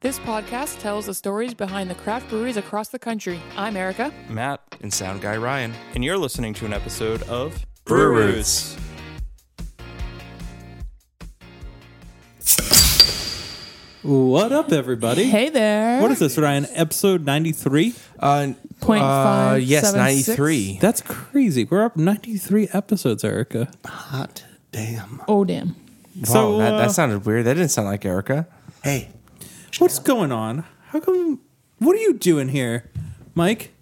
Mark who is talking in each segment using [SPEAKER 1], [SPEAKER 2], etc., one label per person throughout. [SPEAKER 1] This podcast tells the stories behind the craft breweries across the country. I'm Erica.
[SPEAKER 2] Matt,
[SPEAKER 3] and sound guy Ryan.
[SPEAKER 2] and you're listening to an episode of
[SPEAKER 3] Brew
[SPEAKER 2] Brew
[SPEAKER 3] Roots.
[SPEAKER 4] What up, everybody?
[SPEAKER 1] Hey there.
[SPEAKER 4] What is this, Ryan? Episode 93?
[SPEAKER 3] Uh,
[SPEAKER 1] Point
[SPEAKER 3] uh
[SPEAKER 1] five
[SPEAKER 3] yes,
[SPEAKER 1] seven
[SPEAKER 3] ninety
[SPEAKER 1] six.
[SPEAKER 3] three.
[SPEAKER 4] That's crazy. We're up 93 episodes, Erica.
[SPEAKER 3] Hot damn! Wow,
[SPEAKER 1] Oh damn.
[SPEAKER 4] So,
[SPEAKER 3] that,
[SPEAKER 4] uh,
[SPEAKER 3] that sounded weird. That didn't sound like Erica. Hey,
[SPEAKER 4] What's going on? How come? What are you doing here, Mike?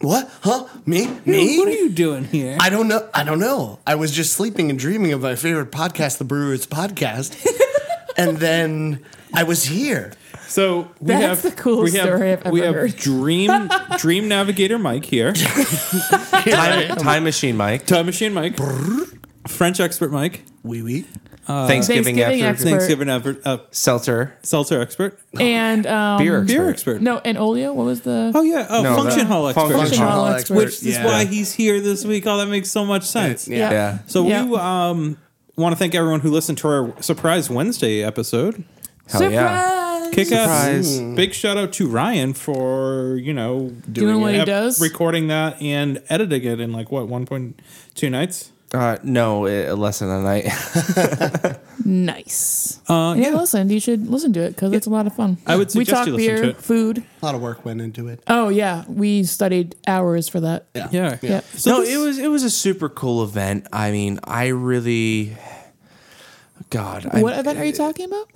[SPEAKER 5] What? Huh? Me?
[SPEAKER 4] What are
[SPEAKER 5] Me?
[SPEAKER 4] you doing here?
[SPEAKER 5] I don't know. I don't know. I was just sleeping and dreaming of my favorite podcast, the Brewers Podcast, and then I was here.
[SPEAKER 4] So we
[SPEAKER 1] That's
[SPEAKER 4] have
[SPEAKER 1] the coolest
[SPEAKER 4] we have,
[SPEAKER 1] story I've
[SPEAKER 4] we
[SPEAKER 1] ever
[SPEAKER 4] have
[SPEAKER 1] heard.
[SPEAKER 4] Dream Dream Navigator Mike here,
[SPEAKER 3] time, time machine, Mike.
[SPEAKER 4] Time Machine Mike, French expert Mike, Uh,
[SPEAKER 5] Wee wee.
[SPEAKER 3] Thanksgiving,
[SPEAKER 1] Thanksgiving
[SPEAKER 3] after
[SPEAKER 1] Expert.
[SPEAKER 4] Thanksgiving effort, uh,
[SPEAKER 3] seltzer,
[SPEAKER 4] seltzer expert,
[SPEAKER 1] And um,
[SPEAKER 3] beer, expert.
[SPEAKER 4] beer expert.
[SPEAKER 1] No, and Olio. What was the?
[SPEAKER 4] Oh yeah, oh,
[SPEAKER 3] No,
[SPEAKER 4] function
[SPEAKER 3] that-
[SPEAKER 4] hall expert.
[SPEAKER 3] function
[SPEAKER 1] hall
[SPEAKER 5] Functional
[SPEAKER 1] expert.
[SPEAKER 4] Which is
[SPEAKER 5] yeah.
[SPEAKER 4] why he's here this week. Oh, that makes so much sense.
[SPEAKER 3] Yeah.
[SPEAKER 4] So
[SPEAKER 1] Yeah.
[SPEAKER 4] we um, want to thank everyone who listened to our surprise Wednesday episode.
[SPEAKER 3] hell yeah.
[SPEAKER 4] Kick
[SPEAKER 3] Surprise.
[SPEAKER 4] ass! Mm. Big shout out to Ryan for you know
[SPEAKER 1] Doing what he
[SPEAKER 4] ep-
[SPEAKER 1] does.
[SPEAKER 4] recording that and editing it in like what one point two nights.
[SPEAKER 3] Uh, no, eh, less than a night.
[SPEAKER 1] Nice.
[SPEAKER 4] Uh,
[SPEAKER 1] yeah,
[SPEAKER 4] yeah.
[SPEAKER 1] listen. You should listen to it because it's a lot of fun.
[SPEAKER 4] I would
[SPEAKER 1] we
[SPEAKER 4] suggest
[SPEAKER 1] talk
[SPEAKER 4] you listen
[SPEAKER 1] beer,
[SPEAKER 4] to it.
[SPEAKER 1] food.
[SPEAKER 5] A lot of work went into it.
[SPEAKER 1] Oh yeah, we studied hours for that. Yeah.
[SPEAKER 4] Yeah,
[SPEAKER 1] Yeah.
[SPEAKER 4] So
[SPEAKER 3] no,
[SPEAKER 4] this-
[SPEAKER 3] it was it was a super cool event. I mean, I really, God,
[SPEAKER 1] What
[SPEAKER 3] I,
[SPEAKER 1] event are you talking about?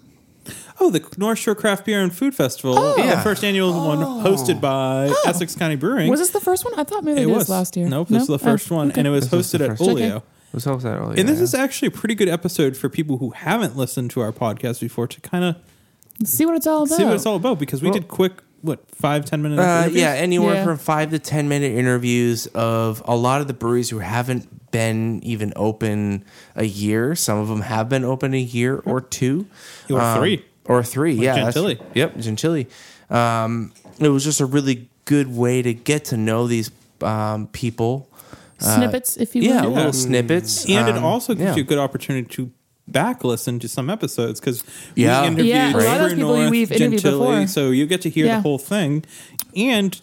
[SPEAKER 4] oh the North Shore Craft Beer and Food Festival,
[SPEAKER 1] Oh.
[SPEAKER 3] Yeah.
[SPEAKER 4] the first annual one hosted by Essex County Brewing.
[SPEAKER 1] Was this the first one? I thought maybe
[SPEAKER 4] it
[SPEAKER 1] it was
[SPEAKER 4] was
[SPEAKER 1] last year. Oh,
[SPEAKER 4] Nope, this is the first
[SPEAKER 1] one.
[SPEAKER 4] one, and it was
[SPEAKER 3] was the
[SPEAKER 4] hosted at
[SPEAKER 3] first one.
[SPEAKER 4] Olio.
[SPEAKER 1] Okay.
[SPEAKER 3] was hoping that earlier.
[SPEAKER 4] And this is actually a pretty good episode for people who haven't listened to our podcast before to kind of
[SPEAKER 1] See what it's all about.
[SPEAKER 4] see what it's all about because we
[SPEAKER 3] Well-
[SPEAKER 4] did quick what five ten minutes
[SPEAKER 3] Uh, yeah, anywhere
[SPEAKER 1] Yeah.
[SPEAKER 3] from five to ten minute interviews of a lot of the breweries who haven't been even open a year. Some of them have been open a year or two, Um,
[SPEAKER 4] Or three.
[SPEAKER 3] or three. yeah, that's-
[SPEAKER 4] Gentilly.
[SPEAKER 3] Yep, Gentilly. Um, it was just a really good way to get to know these um, people. Uh,
[SPEAKER 1] Snippets, if you
[SPEAKER 3] Yeah,
[SPEAKER 1] will.
[SPEAKER 3] little snippets,
[SPEAKER 4] Mm. and it
[SPEAKER 3] Um,
[SPEAKER 4] also gives
[SPEAKER 3] yeah.
[SPEAKER 4] you a good opportunity to back listen to some episodes because
[SPEAKER 3] Yeah.
[SPEAKER 4] we interviewed
[SPEAKER 1] Yeah, a lot of
[SPEAKER 4] Trevor
[SPEAKER 1] those people
[SPEAKER 4] North,
[SPEAKER 1] we've interviewed
[SPEAKER 4] Gentile,
[SPEAKER 1] before.
[SPEAKER 4] so you get to hear
[SPEAKER 1] Yeah.
[SPEAKER 4] the whole thing, and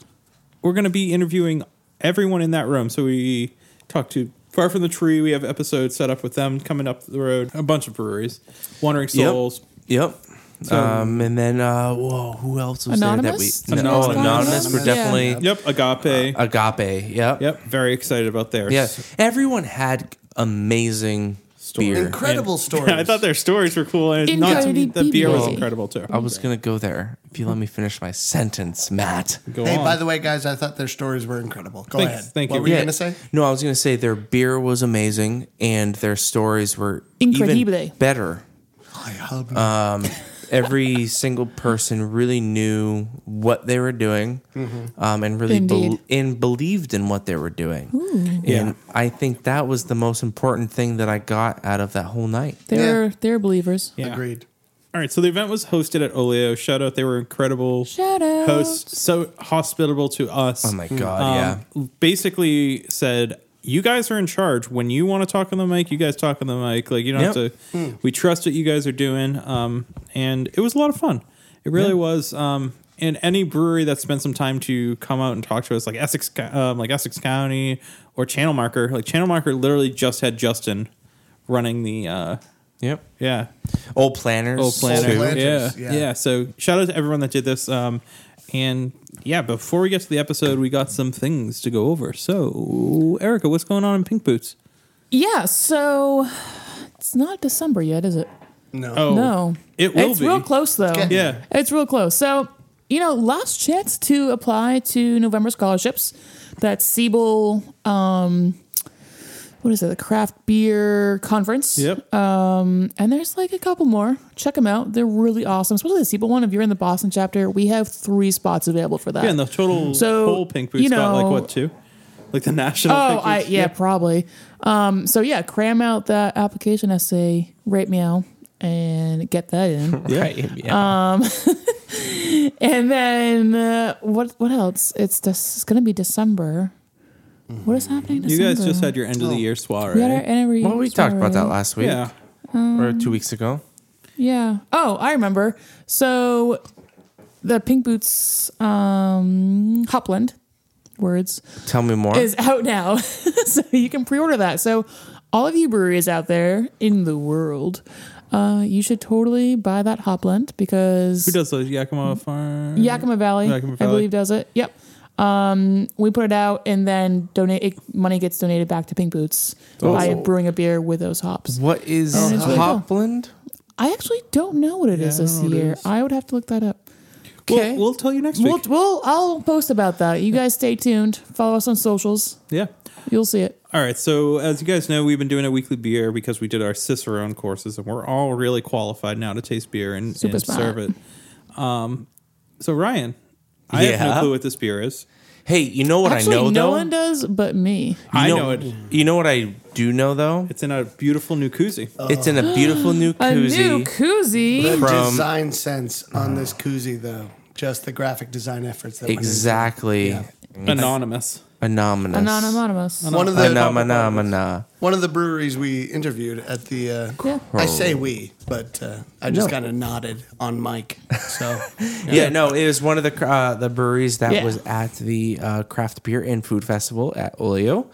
[SPEAKER 4] we're going to be interviewing everyone in that room. So we talked to Far from the Tree. We have episodes set up with them coming up the road. A bunch of breweries, Wandering
[SPEAKER 3] Yep.
[SPEAKER 4] Souls.
[SPEAKER 3] Yep. um, and then uh, whoa, who else was
[SPEAKER 1] Anonymous?
[SPEAKER 3] there that we? No,
[SPEAKER 4] Anonymous.
[SPEAKER 3] anonymous. We're
[SPEAKER 1] Anonymous,
[SPEAKER 3] definitely
[SPEAKER 4] Yep, Agape.
[SPEAKER 3] agape. Yep.
[SPEAKER 4] yep, very excited about theirs.
[SPEAKER 3] Yeah, everyone had amazing
[SPEAKER 4] Story.
[SPEAKER 3] beer.
[SPEAKER 5] Incredible stories.
[SPEAKER 4] I thought their stories were cool, and not to me, the beer was
[SPEAKER 1] Incredible.
[SPEAKER 4] incredible too.
[SPEAKER 3] I was gonna go there if you let me finish my sentence, Matt.
[SPEAKER 4] Go
[SPEAKER 5] Hey,
[SPEAKER 4] on.
[SPEAKER 5] by the way, guys, I thought their stories were incredible. Go
[SPEAKER 4] Thanks.
[SPEAKER 5] ahead.
[SPEAKER 4] Thank
[SPEAKER 5] what
[SPEAKER 4] you.
[SPEAKER 5] were
[SPEAKER 4] Yeah.
[SPEAKER 5] you gonna say?
[SPEAKER 3] No, I was gonna say their beer was amazing and their stories were
[SPEAKER 1] Incredible.
[SPEAKER 3] even better. Um,
[SPEAKER 5] I hub.
[SPEAKER 3] Every single person really knew what they were doing,
[SPEAKER 5] Mm-hmm.
[SPEAKER 3] um, and really
[SPEAKER 1] Indeed.
[SPEAKER 3] bel and believed in what they were doing. And
[SPEAKER 4] Yeah.
[SPEAKER 3] I think that was the most important thing that I got out of that whole night.
[SPEAKER 1] They're they're believers.
[SPEAKER 4] Yeah.
[SPEAKER 5] Agreed.
[SPEAKER 4] All right, so the event was hosted at Olio. Shout out, they were incredible
[SPEAKER 1] Shout out.
[SPEAKER 4] hosts, so hospitable to us. Um,
[SPEAKER 3] Oh my god! yeah.
[SPEAKER 4] Basically said, you guys are in charge. When you want to talk on the mic, you guys talk on the mic. Like you don't
[SPEAKER 3] Yep.
[SPEAKER 4] have
[SPEAKER 5] Hmm.
[SPEAKER 4] to. We trust what you guys are doing. Um, and it was a lot of fun. It really was. Um, and any brewery that spent some time to come out and talk to us, like Essex, Co- um, like Essex County or Channel Marker, like Channel Marker, literally just had Justin running the. Uh,
[SPEAKER 3] Yep.
[SPEAKER 4] yeah,
[SPEAKER 3] Old planners.
[SPEAKER 4] Oh, planner.
[SPEAKER 3] too.
[SPEAKER 4] Yeah.
[SPEAKER 5] planters,
[SPEAKER 4] yeah.
[SPEAKER 5] yeah.
[SPEAKER 4] So shout out to everyone that did this. Um, and yeah, before we get to the episode, we got some things to go over. So, Erica, what's going on in Pink Boots?
[SPEAKER 1] Yeah, so it's not December yet, is it?
[SPEAKER 5] No.
[SPEAKER 4] Oh,
[SPEAKER 1] No.
[SPEAKER 4] It will
[SPEAKER 1] it's
[SPEAKER 4] be.
[SPEAKER 1] real close though.
[SPEAKER 5] getting
[SPEAKER 4] Yeah.
[SPEAKER 1] It's real close. So, you know, last chance to apply to November scholarships. That's Siebel um what is it? The craft beer conference. Um,
[SPEAKER 4] Yep.
[SPEAKER 1] And there's like a couple more. Check them out. They're really awesome. Especially the Siebel one. If you're in the Boston chapter, we have three spots available for that.
[SPEAKER 4] yeah, and the total
[SPEAKER 1] So,
[SPEAKER 4] whole Pink Boots
[SPEAKER 1] you
[SPEAKER 4] got like
[SPEAKER 1] know-
[SPEAKER 4] what two? Like the national.
[SPEAKER 1] Oh,
[SPEAKER 4] Pink
[SPEAKER 1] I,
[SPEAKER 4] Boots?
[SPEAKER 1] yeah, probably. Um, so yeah, cram out that application essay, rate meow, and get that in. Um,
[SPEAKER 4] Yeah.
[SPEAKER 1] and then uh, what? What else? It's this, It's gonna be December. What is happening?
[SPEAKER 4] You
[SPEAKER 1] December?
[SPEAKER 4] guys just had your end
[SPEAKER 5] Oh.
[SPEAKER 4] of the year soiree.
[SPEAKER 1] We had our anniversary.
[SPEAKER 3] Well, we talked about that last week
[SPEAKER 4] yeah.
[SPEAKER 1] Um,
[SPEAKER 3] or two weeks ago.
[SPEAKER 1] Yeah. Oh, I remember. So the Pink Boots um, Hopland words
[SPEAKER 3] Tell me more.
[SPEAKER 1] is out now. so you can pre order that. So, all of you breweries out there in the world, uh, you should totally buy that Hopland
[SPEAKER 4] Who
[SPEAKER 1] because
[SPEAKER 4] does those? Yakima Farm?
[SPEAKER 1] Yakima Valley,
[SPEAKER 4] Yakima
[SPEAKER 1] I
[SPEAKER 4] Valley.
[SPEAKER 1] believe, does it. Yep. Um, we put it out and then donate it, money gets donated back to Pink Boots
[SPEAKER 4] Oh.
[SPEAKER 1] by brewing a beer with those hops.
[SPEAKER 3] what is
[SPEAKER 1] Oh, that's really cool.
[SPEAKER 3] Hopland?
[SPEAKER 1] I actually don't know what it is
[SPEAKER 4] Yeah, I
[SPEAKER 1] this
[SPEAKER 4] don't know what it
[SPEAKER 1] year.
[SPEAKER 4] is.
[SPEAKER 1] I would have to look that up.
[SPEAKER 4] We'll,
[SPEAKER 3] Okay.
[SPEAKER 4] we'll tell you next
[SPEAKER 1] We'll,
[SPEAKER 4] week.
[SPEAKER 1] we'll, I'll post about that. You guys stay tuned. Follow us on socials.
[SPEAKER 4] Yeah.
[SPEAKER 1] You'll see it.
[SPEAKER 4] All right. So, as you guys know, we've been doing a weekly beer because we did our Cicerone courses, and we're all really qualified now to taste beer and,
[SPEAKER 1] Super
[SPEAKER 4] and
[SPEAKER 1] smart.
[SPEAKER 4] serve it. Um, so, Ryan, I have
[SPEAKER 3] Yeah.
[SPEAKER 4] no clue what this beer is.
[SPEAKER 3] Hey, you know what
[SPEAKER 1] Actually,
[SPEAKER 3] I know
[SPEAKER 1] no
[SPEAKER 3] though.
[SPEAKER 1] one does but me.
[SPEAKER 3] You
[SPEAKER 4] I know it.
[SPEAKER 3] You know what I do know though.
[SPEAKER 4] It's in a beautiful new koozie.
[SPEAKER 3] It's in a beautiful new
[SPEAKER 1] A new
[SPEAKER 3] koozie.
[SPEAKER 1] koozie.
[SPEAKER 5] Oh. The
[SPEAKER 3] From-
[SPEAKER 5] design sense on this koozie, though, just the graphic design efforts. That went into it.
[SPEAKER 3] Exactly.
[SPEAKER 4] Anonymous.
[SPEAKER 3] Anonymous.
[SPEAKER 1] Anonymous.
[SPEAKER 5] One of the
[SPEAKER 3] Anonymous.
[SPEAKER 5] one of the breweries we interviewed at the. Uh,
[SPEAKER 1] Yeah.
[SPEAKER 5] I say we, but uh, I just
[SPEAKER 3] Oh. No.
[SPEAKER 5] kind of nodded on mic. So
[SPEAKER 3] Yeah, no, it was one of the uh, the breweries that
[SPEAKER 1] Yeah.
[SPEAKER 3] was at the uh, craft beer and food festival at Olio.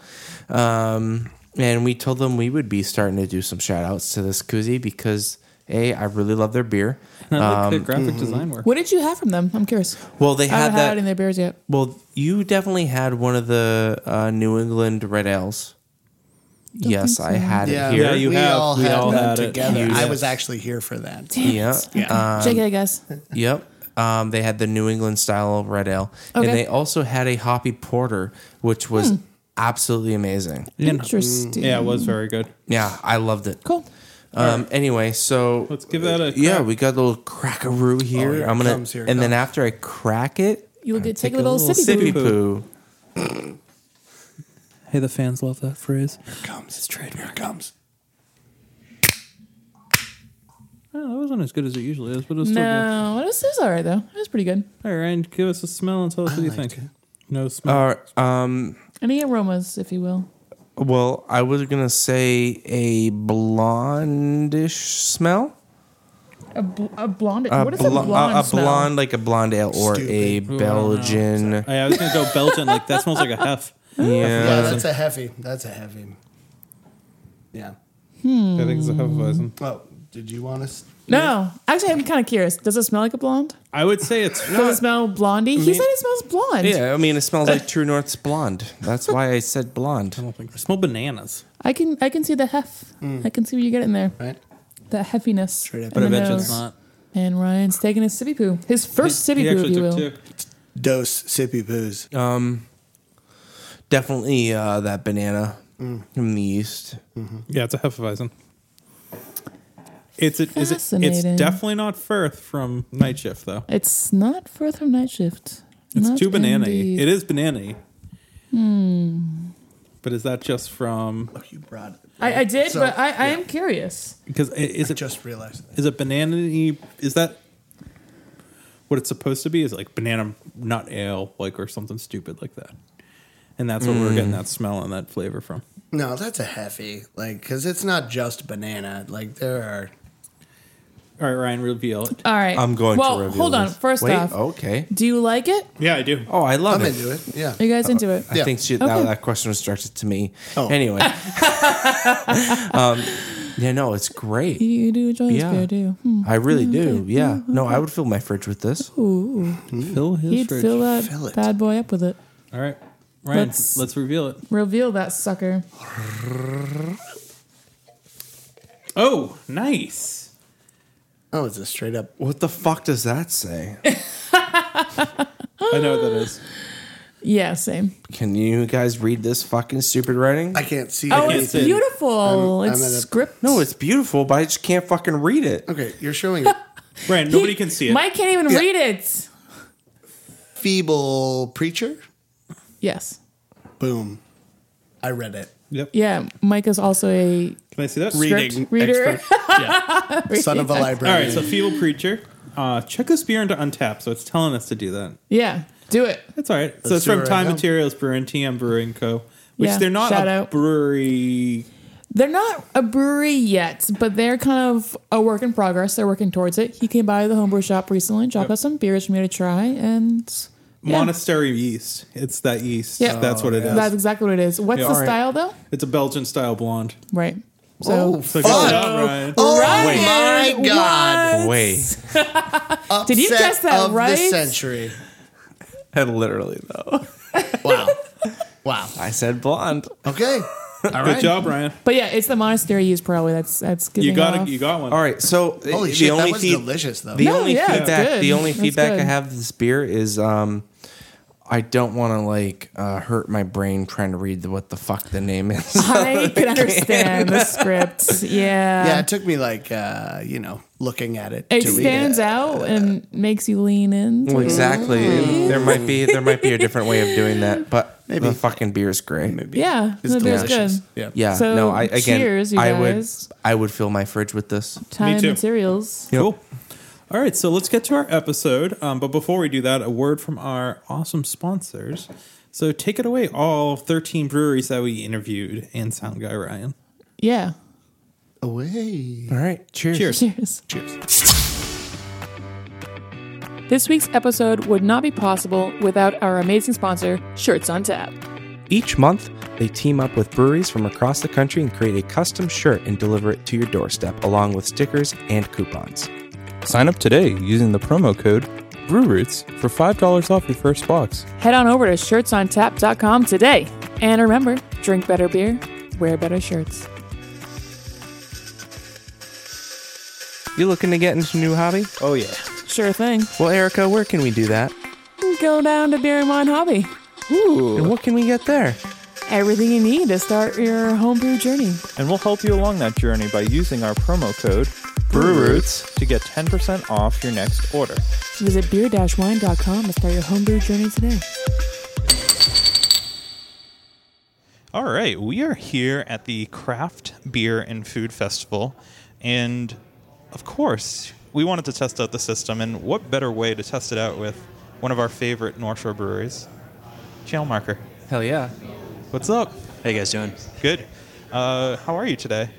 [SPEAKER 3] Um, and we told them we would be starting to do some shout outs to this koozie because A, I really love their beer.
[SPEAKER 4] I
[SPEAKER 3] Um,
[SPEAKER 4] like the graphic
[SPEAKER 5] Mm-hmm.
[SPEAKER 4] design work.
[SPEAKER 1] What did you have from them? I'm curious.
[SPEAKER 3] Well, they
[SPEAKER 1] I haven't
[SPEAKER 3] had
[SPEAKER 1] had
[SPEAKER 3] that.
[SPEAKER 1] any of their beers yet.
[SPEAKER 3] well, you definitely had one of the uh, New England red ales. yes, I had
[SPEAKER 5] yeah,
[SPEAKER 3] it here.
[SPEAKER 4] Yeah, you
[SPEAKER 5] we
[SPEAKER 4] have-
[SPEAKER 5] all
[SPEAKER 4] we
[SPEAKER 5] had
[SPEAKER 4] all
[SPEAKER 5] that
[SPEAKER 4] had it.
[SPEAKER 5] together.
[SPEAKER 3] You
[SPEAKER 5] I
[SPEAKER 3] did.
[SPEAKER 5] was actually here for that.
[SPEAKER 3] yeah. um,
[SPEAKER 1] JK, guys.
[SPEAKER 3] Yep. Um, they had the New England style red ale,
[SPEAKER 1] Okay. Hmm.
[SPEAKER 3] and they also had a hoppy porter, which was absolutely amazing.
[SPEAKER 1] Interesting.
[SPEAKER 4] Yeah, it was very good.
[SPEAKER 3] Yeah, I loved it.
[SPEAKER 1] Cool.
[SPEAKER 3] Um, anyway, so
[SPEAKER 4] Let's give that a
[SPEAKER 3] yeah.
[SPEAKER 4] crack. Oh,
[SPEAKER 3] We got a little crackaroo here.
[SPEAKER 5] here it
[SPEAKER 3] I'm gonna,
[SPEAKER 5] comes, here it
[SPEAKER 3] and then
[SPEAKER 5] comes.
[SPEAKER 3] after I crack it,
[SPEAKER 1] You'll get take,
[SPEAKER 3] take
[SPEAKER 1] a little, sippy,
[SPEAKER 3] sippy
[SPEAKER 1] poo.
[SPEAKER 3] poo.
[SPEAKER 4] Hey, the fans love that phrase.
[SPEAKER 5] Here it comes. It's trademark. Here it comes.
[SPEAKER 4] Oh, that wasn't as good as it usually is, but it was still good.
[SPEAKER 1] No, it was, it was all right though. It was pretty good.
[SPEAKER 4] All right, Ryan, give us a smell and tell us what you think. No smell.
[SPEAKER 3] All right. Um.
[SPEAKER 1] Any aromas, if you will.
[SPEAKER 3] Well, I was gonna say a blondish smell.
[SPEAKER 1] A, bl- a blonde.
[SPEAKER 3] A,
[SPEAKER 1] what is
[SPEAKER 3] blo-
[SPEAKER 1] a blonde?
[SPEAKER 3] a, a
[SPEAKER 1] smell?
[SPEAKER 3] blonde, like a blonde ale or a
[SPEAKER 5] Stupid.
[SPEAKER 3] Belgian.
[SPEAKER 4] Oh, I, I was gonna go Belgian. Like that smells like a hef.
[SPEAKER 5] Yeah,
[SPEAKER 3] Yeah.
[SPEAKER 5] that's a heavy. That's a heavy. Yeah. Hmm.
[SPEAKER 4] I think it's a hefeweizen.
[SPEAKER 5] Oh, did you want us?
[SPEAKER 1] No, actually, I'm kind of curious. Does it smell like a blonde?
[SPEAKER 4] I would say it's
[SPEAKER 1] Does it smell blondie? he
[SPEAKER 4] mean-
[SPEAKER 1] said it smells blonde.
[SPEAKER 3] Yeah, I mean, it smells like True North's blonde. That's why I said blonde.
[SPEAKER 4] I smell bananas.
[SPEAKER 1] I can I can see the hef.
[SPEAKER 4] Mm.
[SPEAKER 1] I can see what you get in there.
[SPEAKER 5] Right.
[SPEAKER 1] The hefiness.
[SPEAKER 5] Straight up.
[SPEAKER 1] in
[SPEAKER 5] But
[SPEAKER 1] the
[SPEAKER 5] I
[SPEAKER 1] nose. And Ryan's taking his sippy poo. His first sippy
[SPEAKER 4] He
[SPEAKER 1] poo, if
[SPEAKER 4] actually
[SPEAKER 1] you
[SPEAKER 4] took
[SPEAKER 1] will.
[SPEAKER 4] two.
[SPEAKER 5] Dose sippy poos.
[SPEAKER 3] Um, Definitely uh, that banana
[SPEAKER 5] Mm.
[SPEAKER 3] from the yeast.
[SPEAKER 4] Yeah, it's a hefeweizen. It's it, is it, it's
[SPEAKER 1] Fascinating.
[SPEAKER 4] definitely not Firth from Night Shift though.
[SPEAKER 1] It's not further from night shift.
[SPEAKER 4] It's
[SPEAKER 1] Not
[SPEAKER 4] too banana.
[SPEAKER 1] indeed.
[SPEAKER 4] It is banana. Hmm.
[SPEAKER 1] Hmm.
[SPEAKER 4] But is that just from?
[SPEAKER 5] Oh, you brought it.
[SPEAKER 1] I, I did,
[SPEAKER 5] So,
[SPEAKER 1] but I, I am curious.
[SPEAKER 4] Because i- is
[SPEAKER 5] I
[SPEAKER 4] it
[SPEAKER 5] just realized that.
[SPEAKER 4] Is it banana Is that what it's supposed to be? Is it like banana nut ale, like or something stupid like that? And that's what
[SPEAKER 1] Hmm.
[SPEAKER 4] we're getting that smell and that flavor from.
[SPEAKER 5] No, that's a heavy. Like, because it's not just banana. Like, there are.
[SPEAKER 4] All right, Ryan, reveal it.
[SPEAKER 1] All right.
[SPEAKER 3] I'm going
[SPEAKER 1] well,
[SPEAKER 3] to review
[SPEAKER 1] hold on.
[SPEAKER 3] this.
[SPEAKER 1] First
[SPEAKER 3] Wait,
[SPEAKER 1] off,
[SPEAKER 3] okay.
[SPEAKER 1] do you like it?
[SPEAKER 4] Yeah, I do.
[SPEAKER 3] Oh, I love
[SPEAKER 5] I'm
[SPEAKER 3] it.
[SPEAKER 5] into it. Yeah.
[SPEAKER 1] Are you guys into it?
[SPEAKER 3] I
[SPEAKER 5] Yeah.
[SPEAKER 3] think she, that,
[SPEAKER 1] Okay.
[SPEAKER 3] that question was directed to me.
[SPEAKER 5] Oh.
[SPEAKER 3] Anyway. um, yeah, no, it's
[SPEAKER 1] You,
[SPEAKER 3] great.
[SPEAKER 1] you do enjoy this
[SPEAKER 3] Yeah.
[SPEAKER 1] beer, do you? Hmm. Uh-huh.
[SPEAKER 3] I really do. Yeah. No, I would fill my fridge with this.
[SPEAKER 1] Ooh.
[SPEAKER 4] Fill his
[SPEAKER 1] He'd
[SPEAKER 4] fridge.
[SPEAKER 1] fill that
[SPEAKER 5] Mm. Fill it.
[SPEAKER 1] bad boy up with it.
[SPEAKER 4] All right, Ryan,
[SPEAKER 1] Let's-
[SPEAKER 4] let's, reveal it.
[SPEAKER 1] Reveal that sucker.
[SPEAKER 4] Oh, nice.
[SPEAKER 5] Oh, it's a straight up.
[SPEAKER 3] What the fuck does that say?
[SPEAKER 4] I know what that is.
[SPEAKER 1] Yeah, same.
[SPEAKER 3] Can you guys read this fucking stupid writing?
[SPEAKER 5] I can't see.
[SPEAKER 1] Oh,
[SPEAKER 5] anything.
[SPEAKER 1] it's
[SPEAKER 4] see it.
[SPEAKER 1] beautiful.
[SPEAKER 5] I'm-
[SPEAKER 1] it's
[SPEAKER 5] I'm at a-
[SPEAKER 1] script.
[SPEAKER 3] no, it's beautiful, but I just can't fucking read it.
[SPEAKER 5] Okay, you're showing a
[SPEAKER 4] Ryan,
[SPEAKER 1] He-
[SPEAKER 4] nobody can see it.
[SPEAKER 1] Mike can't even
[SPEAKER 5] Yeah.
[SPEAKER 1] read it.
[SPEAKER 5] feeble preacher.
[SPEAKER 1] Yes.
[SPEAKER 5] Boom. I read it.
[SPEAKER 4] Yep.
[SPEAKER 1] Yeah, Mike is also a
[SPEAKER 4] Can I see that?
[SPEAKER 5] Reading
[SPEAKER 1] reader.
[SPEAKER 5] expert. Son of a
[SPEAKER 4] All right,
[SPEAKER 5] librarian.
[SPEAKER 4] so Feeble Preacher. Uh, check this beer into Untapped, so it's telling us to do that.
[SPEAKER 1] Yeah, do it.
[SPEAKER 4] That's all right. so
[SPEAKER 5] Let's
[SPEAKER 4] it's
[SPEAKER 5] do it
[SPEAKER 4] from
[SPEAKER 5] right
[SPEAKER 4] Time
[SPEAKER 5] now.
[SPEAKER 4] Materials Brewing, TM Brewing Co. Which
[SPEAKER 1] Yeah,
[SPEAKER 4] they're not
[SPEAKER 1] shout
[SPEAKER 4] a
[SPEAKER 1] out.
[SPEAKER 4] brewery
[SPEAKER 1] They're not a brewery yet, but they're kind of a work in progress. They're working towards it. He came by the homebrew shop recently, dropped us some beers for me to try, and yeah.
[SPEAKER 6] Monastery yeast. It's that yeast.
[SPEAKER 1] Yep.
[SPEAKER 6] That's what
[SPEAKER 5] Oh,
[SPEAKER 6] it is.
[SPEAKER 1] That's exactly what it is. What's
[SPEAKER 6] Yeah,
[SPEAKER 1] the
[SPEAKER 6] all right.
[SPEAKER 1] style though?
[SPEAKER 6] It's a Belgian style blonde.
[SPEAKER 1] Right.
[SPEAKER 4] Oh,
[SPEAKER 1] So
[SPEAKER 6] So good job, Ryan.
[SPEAKER 5] Oh
[SPEAKER 1] Ryan,
[SPEAKER 5] my god!
[SPEAKER 1] what?
[SPEAKER 3] Wait.
[SPEAKER 1] Did you
[SPEAKER 5] Upset
[SPEAKER 1] guess that
[SPEAKER 5] of
[SPEAKER 1] right?
[SPEAKER 5] The century.
[SPEAKER 3] Literally, though.
[SPEAKER 5] Wow. wow.
[SPEAKER 3] I said blonde.
[SPEAKER 5] Okay. All right.
[SPEAKER 6] Good job, Ryan.
[SPEAKER 1] But yeah, it's the monastery yeast probably. That's that's giving
[SPEAKER 6] You got
[SPEAKER 1] off-
[SPEAKER 6] it. You got one.
[SPEAKER 3] All right, so
[SPEAKER 5] Holy
[SPEAKER 3] the
[SPEAKER 5] shit,
[SPEAKER 3] only
[SPEAKER 5] that was
[SPEAKER 3] feed-
[SPEAKER 5] delicious though.
[SPEAKER 3] The
[SPEAKER 1] No,
[SPEAKER 3] only
[SPEAKER 1] yeah, it's
[SPEAKER 3] feedback,
[SPEAKER 1] good.
[SPEAKER 3] the only
[SPEAKER 1] It's
[SPEAKER 3] feedback I
[SPEAKER 1] good.
[SPEAKER 3] have of this beer is, um, I don't want to like uh, hurt my brain trying to read the, what the fuck the name is.
[SPEAKER 1] I can understand the script. Yeah.
[SPEAKER 5] yeah, it took me like uh, you know looking at it.
[SPEAKER 1] It
[SPEAKER 5] to
[SPEAKER 1] stands
[SPEAKER 5] read it.
[SPEAKER 1] out and makes you lean in.
[SPEAKER 3] Well, exactly. There might be there might be a different way of doing that, but the fucking beer is great.
[SPEAKER 1] Yeah,
[SPEAKER 5] It's
[SPEAKER 1] the beer's
[SPEAKER 5] delicious.
[SPEAKER 1] good.
[SPEAKER 5] Yeah.
[SPEAKER 3] Yeah.
[SPEAKER 1] So,
[SPEAKER 3] no. I again.
[SPEAKER 1] cheers, you
[SPEAKER 3] I
[SPEAKER 1] guys.
[SPEAKER 3] would. I would fill my fridge with this.
[SPEAKER 1] Time
[SPEAKER 6] too.
[SPEAKER 1] materials.
[SPEAKER 6] Cool. All right, so let's get to our episode. Um, but before we do that, a word from our awesome sponsors. So take it away, all 13 breweries that we interviewed and Sound Guy Ryan.
[SPEAKER 1] Yeah.
[SPEAKER 5] Away.
[SPEAKER 3] All right. Cheers.
[SPEAKER 6] Cheers.
[SPEAKER 1] Cheers.
[SPEAKER 5] Cheers.
[SPEAKER 1] This week's episode would not be possible without our amazing sponsor, Shirts on Tap.
[SPEAKER 3] Each month, they team up with breweries from across the country and create a custom shirt and deliver it to your doorstep, along with stickers and coupons.
[SPEAKER 4] Sign up today using the promo code BrewRoots for $5 off your first box.
[SPEAKER 1] Head on over to shirtsontap.com today. And remember, drink better beer, wear better shirts.
[SPEAKER 3] You looking to get into a new hobby?
[SPEAKER 4] Oh, yeah.
[SPEAKER 1] Sure thing.
[SPEAKER 3] Well, Erica, where can we do that?
[SPEAKER 1] Go down to Beer and Wine Hobby.
[SPEAKER 3] And what can we get there?
[SPEAKER 1] Everything you need to start your homebrew journey.
[SPEAKER 4] And we'll help you along that journey by using our promo code BrewRoots to get 10% off your next order.
[SPEAKER 1] Visit beer-wine.com to start your homebrew journey today.
[SPEAKER 4] All right, we are here at the Craft Beer and Food Festival, and of course, we wanted to test out the system. And what better way to test it out with one of our favorite North Shore breweries, Channel Marker?
[SPEAKER 3] Hell yeah.
[SPEAKER 4] What's up?
[SPEAKER 7] How you guys doing?
[SPEAKER 4] Good. Uh, how are you today?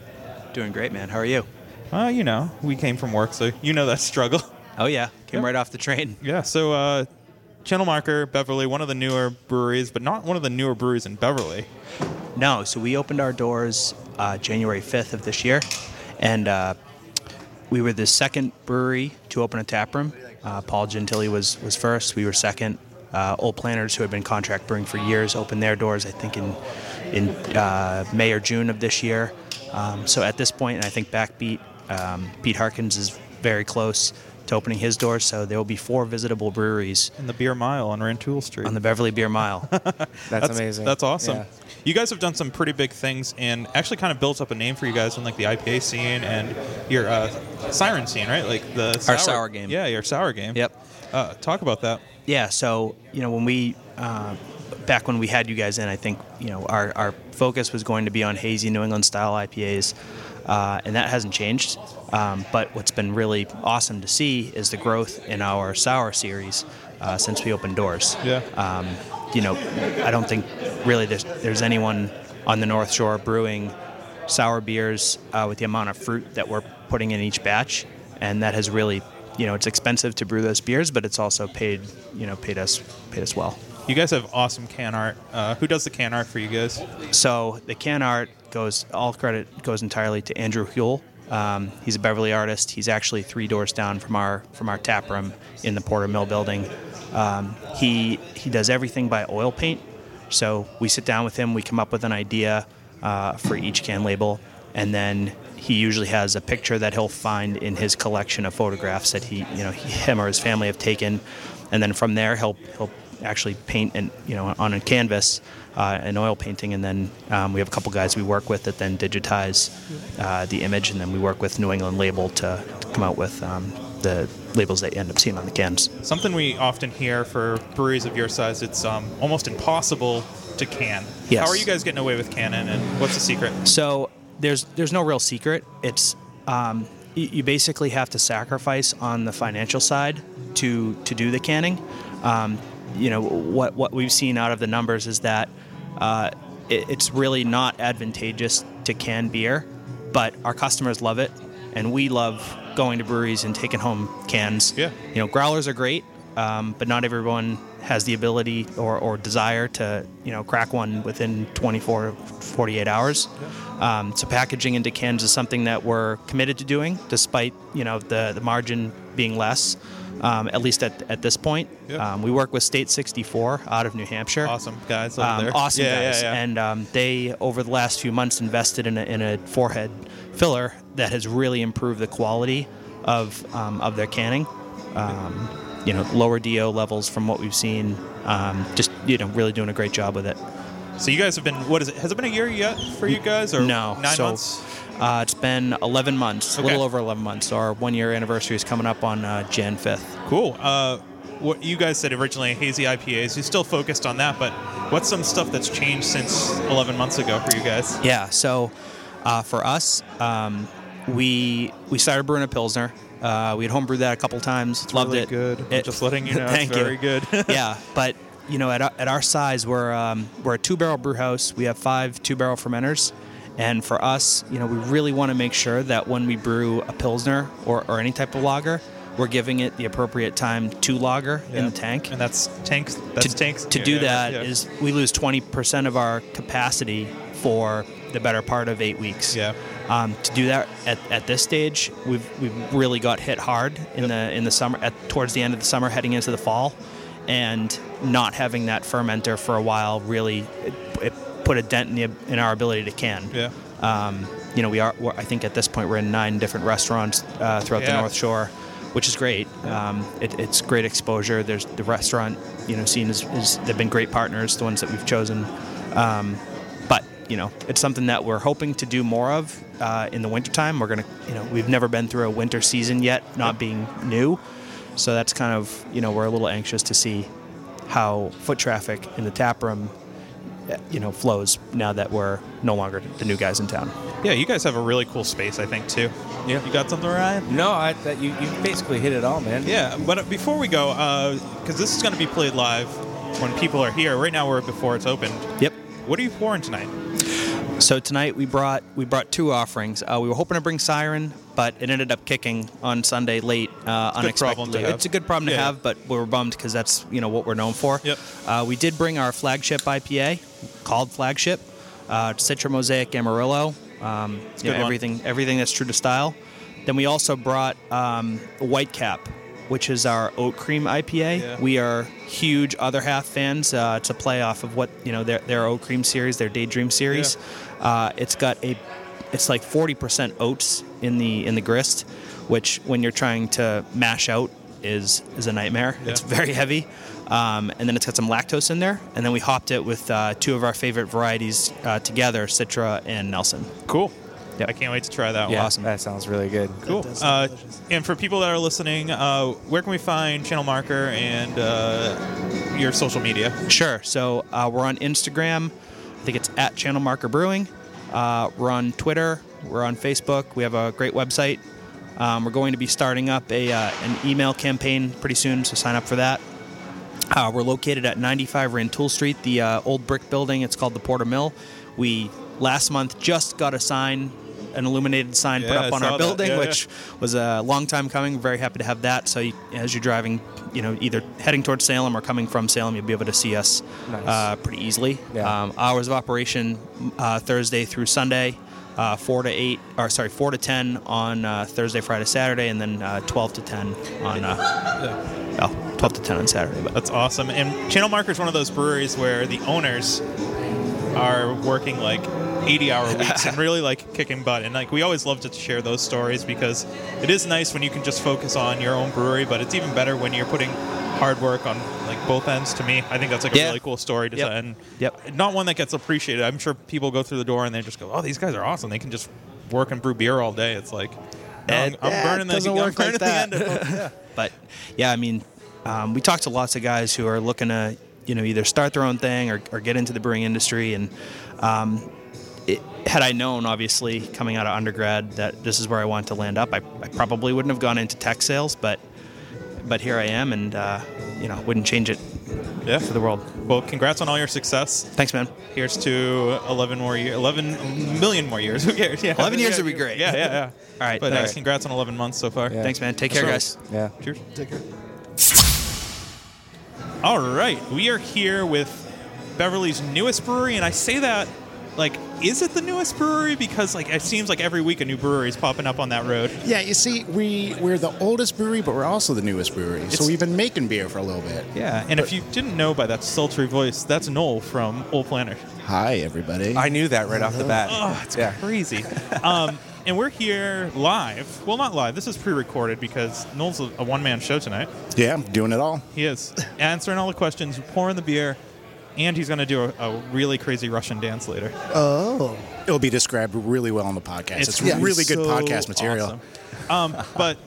[SPEAKER 7] Doing great, man. How are you?
[SPEAKER 4] Uh, you know, we came from work, so you know that struggle.
[SPEAKER 7] Oh yeah, came
[SPEAKER 4] Yeah.
[SPEAKER 7] right off the train.
[SPEAKER 4] Yeah, so uh, Channel Marker, Beverly, one of the newer breweries, but not one of the newer breweries in Beverly.
[SPEAKER 7] No, so we opened our doors uh, January 5th of this year, and uh, we were the second brewery to open a tap room. Uh, Paul Gentili was was first. We were second. Uh, Old Planners, who had been contract brewing for years, opened their doors. I think in in uh, May or June of this year. Um, so at this point, and I think Backbeat um, Pete Harkins is very close to opening his doors. So there will be four visitable breweries
[SPEAKER 4] In the Beer Mile on Rantoul Street.
[SPEAKER 7] on the Beverly Beer Mile.
[SPEAKER 3] That's, amazing.
[SPEAKER 4] That's awesome.
[SPEAKER 3] Yeah.
[SPEAKER 4] You guys have done some pretty big things and actually kind of built up a name for you guys in like the IPA scene and your uh, siren scene, right? Like the sour,
[SPEAKER 7] sour game.
[SPEAKER 4] Yeah, your sour game.
[SPEAKER 7] Yep.
[SPEAKER 4] Uh, talk about that.
[SPEAKER 7] yeah so you know when we uh, back when we had you guys in i think you know our, our focus was going to be on hazy new england style ipas uh, and that hasn't changed um, but what's been really awesome to see is the growth in our sour series uh, since we opened doors
[SPEAKER 4] Yeah.
[SPEAKER 7] um, you know i don't think really there's, there's anyone on the north shore brewing sour beers uh, with the amount of fruit that we're putting in each batch, and that has really, you know, it's expensive to brew those beers, but it's also paid, you know, paid us paid us well.
[SPEAKER 4] You guys have awesome can art. Uh, who does the can art for you guys?
[SPEAKER 7] So the can art goes all credit goes entirely to Andrew Huell. Um, he's a Beverly artist. He's actually three doors down from our from our tap room in the Porter Mill building. Um, he he does everything by oil paint. So we sit down with him. We come up with an idea uh, for each can label, and then he usually has a picture that he'll find in his collection of photographs that he you know he, him or his family have taken, and then from there he'll he'll actually paint and you know on a canvas uh, an oil painting and then um, we have a couple guys we work with that then digitize uh, the image and then we work with new england label to, to come out with um, the labels that you end up seeing on the cans
[SPEAKER 4] Something we often hear for breweries of your size, it's um, almost impossible to can.
[SPEAKER 7] Yes.
[SPEAKER 4] How are you guys getting away with canning and what's the secret?
[SPEAKER 7] So there's there's no real secret. It's um, you, you basically have to sacrifice on the financial side to to do the canning. Um, you know what what we've seen out of the numbers is that uh, it, it's really not advantageous to canned beer, but our customers love it, and we love going to breweries and taking home cans.
[SPEAKER 4] Yeah.
[SPEAKER 7] You know, growlers are great, um, but not everyone has the ability or, or desire to, you know, crack one within 24, 48 hours. Um, so packaging into cans is something that we're committed to doing, despite, you know, the, the margin being less, um, at least at, at this point.
[SPEAKER 4] Yeah.
[SPEAKER 7] Um, we work with State 64 out of New Hampshire.
[SPEAKER 4] Awesome guys over
[SPEAKER 7] Um,
[SPEAKER 4] there.
[SPEAKER 7] awesome
[SPEAKER 4] yeah,
[SPEAKER 7] guys.
[SPEAKER 4] Yeah, yeah.
[SPEAKER 7] And um, they, over the last few months, invested in a, in a forehead filler that has really improved the quality of, um, of their canning. Um, you know, lower DO levels from what we've seen. Um, just, you know, really doing a great job with it.
[SPEAKER 4] so you guys have been what is it? Has it been a year yet for you guys or
[SPEAKER 7] No.
[SPEAKER 4] nine
[SPEAKER 7] so,
[SPEAKER 4] months?
[SPEAKER 7] Uh, it's been 11 months,
[SPEAKER 4] Okay.
[SPEAKER 7] a little over 11 months. So our one year anniversary is coming up on uh, Jan 5th.
[SPEAKER 4] Cool. Uh, what you guys said originally, hazy IPAs. You still focused on that, but what's some stuff that's changed since 11 months ago for you guys?
[SPEAKER 7] Yeah. So uh, for us, um, we we started brewing a pilsner. Uh, we had homebrewed that a couple times. loved
[SPEAKER 4] really
[SPEAKER 7] it.
[SPEAKER 4] good. I'm just letting you know, it's
[SPEAKER 7] Thank
[SPEAKER 4] very
[SPEAKER 7] you.
[SPEAKER 4] good.
[SPEAKER 7] yeah, but you know, at our, at our size, we're um, we're a two barrel brew house. We have five two barrel fermenters, and for us, you know, we really want to make sure that when we brew a pilsner or, or any type of lager, we're giving it the appropriate time to lager in
[SPEAKER 4] Yeah.
[SPEAKER 7] the tank
[SPEAKER 4] And that's tanks. That's
[SPEAKER 7] to,
[SPEAKER 4] tanks.
[SPEAKER 7] to
[SPEAKER 4] Yeah,
[SPEAKER 7] do
[SPEAKER 4] yeah,
[SPEAKER 7] that is
[SPEAKER 4] yeah.
[SPEAKER 7] we lose 20% of our capacity for the better part of eight weeks.
[SPEAKER 4] Yeah.
[SPEAKER 7] Um, to do that at, at this stage, we've we've really got hit hard in the in the summer at towards the end of the summer, heading into the fall, and not having that fermenter for a while really it, it put a dent in the in our ability to can.
[SPEAKER 4] Yeah.
[SPEAKER 7] Um, you know, we are. We're, I think at this point we're in nine different restaurants uh, throughout the
[SPEAKER 4] Yeah.
[SPEAKER 7] North Shore, which is great. Um, it, it's great exposure. There's the restaurant, you know, scene is, is they've been great partners, the ones that we've chosen. Um, but you know, it's something that we're hoping to do more of uh, in the wintertime. We're gonna, you know, we've never been through a winter season yet, not being new. So that's kind of you know we're a little anxious to see how foot traffic in the tap room, uh, you know, flows now that we're no longer the new guys in town.
[SPEAKER 4] Yeah, you guys have a really cool space, I think, too.
[SPEAKER 3] Yeah.
[SPEAKER 4] You got something, Ryan?
[SPEAKER 3] No, I, that you, you basically hit it all, man.
[SPEAKER 4] Yeah, but uh, before we go, because this is going to be played live when people are here. Right now, we're before it's opened.
[SPEAKER 7] Yep.
[SPEAKER 4] What are you pouring tonight?
[SPEAKER 7] So tonight we brought we brought two offerings. Uh, we were hoping to bring Siren, but it ended up kicking on Sunday late, uh,
[SPEAKER 4] a good problem to
[SPEAKER 7] unexpectedly.
[SPEAKER 4] have.
[SPEAKER 7] It's a good problem to
[SPEAKER 4] Yeah.
[SPEAKER 7] have, but we were bummed because that's you know what we're known for.
[SPEAKER 4] Yep.
[SPEAKER 7] Uh, we did bring our flagship IPA, called Flagship, uh, Citra Mosaic Amarillo. Um, you
[SPEAKER 4] good
[SPEAKER 7] know,
[SPEAKER 4] one.
[SPEAKER 7] everything everything that's true to style. Then we also brought um, White Cap, which is our oat cream IPA.
[SPEAKER 4] Yeah.
[SPEAKER 7] We are huge other half fans. Uh, it's a play off of what you know their their oat cream series, their Daydream series. Uh, it's got a it's like 40% oats in the in the grist, which when you're trying to mash out is is a nightmare. It's
[SPEAKER 4] Yeah.
[SPEAKER 7] very heavy. Um, and then it's got some lactose in there. And then we hopped it with uh, two of our favorite varieties uh, together, Citra and Nelson.
[SPEAKER 4] Cool.
[SPEAKER 7] Yep.
[SPEAKER 4] I can't wait to try that
[SPEAKER 3] Yeah,
[SPEAKER 4] one.
[SPEAKER 7] Awesome.
[SPEAKER 3] Oh, That sounds really good.
[SPEAKER 4] Cool. Uh, and for people that are listening, uh, where can we find Channel Marker and uh, your social media?
[SPEAKER 7] Sure. So uh, we're on Instagram. I think it's at Channel Marker Brewing. Uh, we're on Twitter. We're on Facebook. We have a great website. Um, we're going to be starting up a uh, an email campaign pretty soon, so sign up for that. Uh, we're located at 95 Rantoul Street, the uh, old brick building. It's called the Porter Mill. We last month just got a sign, an illuminated sign put
[SPEAKER 4] Yeah,
[SPEAKER 7] up
[SPEAKER 4] I
[SPEAKER 7] on
[SPEAKER 4] saw
[SPEAKER 7] our
[SPEAKER 4] that.
[SPEAKER 7] building,
[SPEAKER 4] Yeah,
[SPEAKER 7] which was a long time coming. Very happy to have that. So you, as you're driving, you know, either heading towards Salem or coming from Salem, you'll be able to see us
[SPEAKER 3] Nice.
[SPEAKER 7] uh, pretty easily.
[SPEAKER 3] Yeah.
[SPEAKER 7] Um, hours of operation uh, Thursday through Sunday. Uh, four to eight, or sorry, four to ten on uh, Thursday, Friday, Saturday, and then uh, twelve to ten on uh, oh, 12 to ten on Saturday. But
[SPEAKER 4] That's awesome. And Channel Marker is one of those breweries where the owners are working like 80 hour weeks and really like kicking butt. And like we always love to share those stories because it is nice when you can just focus on your own brewery, but it's even better when you're putting hard work on like both ends to me. I think that's like a
[SPEAKER 7] Yeah.
[SPEAKER 4] really cool story to
[SPEAKER 7] Yep.
[SPEAKER 4] say. And
[SPEAKER 7] Yep.
[SPEAKER 4] not one that gets appreciated. I'm sure people go through the door and they just go, "Oh, these guys are awesome. They can just work and brew beer all day." It's like no, I'm,
[SPEAKER 7] Eh,
[SPEAKER 4] I'm
[SPEAKER 7] eh,
[SPEAKER 4] burning
[SPEAKER 7] it
[SPEAKER 4] the,
[SPEAKER 7] doesn't
[SPEAKER 4] I'm
[SPEAKER 7] work
[SPEAKER 4] burning
[SPEAKER 7] like
[SPEAKER 4] the
[SPEAKER 7] that.
[SPEAKER 4] end of
[SPEAKER 7] But yeah, I mean, um, we talk to lots of guys who are looking to, you know, either start their own thing or, or get into the brewing industry. And um, it, had I known, obviously, coming out of undergrad that this is where I wanted to land up, I, I probably wouldn't have gone into tech sales. But but here I am, and uh, you know, wouldn't change it
[SPEAKER 4] Yeah.
[SPEAKER 7] for the world.
[SPEAKER 4] Well, congrats on all your success.
[SPEAKER 7] Thanks, man.
[SPEAKER 4] Here's to 11 more years, 11 million more years. Who cares? Yeah.
[SPEAKER 7] 11 years
[SPEAKER 4] Yeah,
[SPEAKER 7] would be great.
[SPEAKER 4] Yeah, yeah, yeah.
[SPEAKER 7] All right,
[SPEAKER 4] But
[SPEAKER 7] all
[SPEAKER 4] uh,
[SPEAKER 7] right.
[SPEAKER 4] congrats on 11 months so far.
[SPEAKER 3] Yeah.
[SPEAKER 7] Thanks, man. Take care, guys.
[SPEAKER 3] Yeah.
[SPEAKER 4] Cheers.
[SPEAKER 5] Take care.
[SPEAKER 4] All right, we are here with Beverly's newest brewery, and I say that like, is it the newest brewery? Because like, it seems like every week a new brewery is popping up on that road.
[SPEAKER 8] Yeah, you see, we we're the oldest brewery, but we're also the newest brewery.
[SPEAKER 4] It's-
[SPEAKER 8] so we've been making beer for a little bit.
[SPEAKER 4] Yeah, and if you didn't know by that sultry voice, that's Noel from Old Planner.
[SPEAKER 8] Hi, everybody.
[SPEAKER 3] I knew that right off the bat.
[SPEAKER 4] Oh, it's
[SPEAKER 3] yeah.
[SPEAKER 4] crazy. um, and we're here live. Well, not live. This is pre-recorded because Noel's a, a one-man show tonight.
[SPEAKER 8] yeah, I'm doing it all.
[SPEAKER 4] He is answering all the questions, pouring the beer, and he's going to do a, a really crazy Russian dance later.
[SPEAKER 8] It'll be described really well on the podcast. It's, really good
[SPEAKER 4] so
[SPEAKER 8] podcast material.
[SPEAKER 4] awesome. Um, but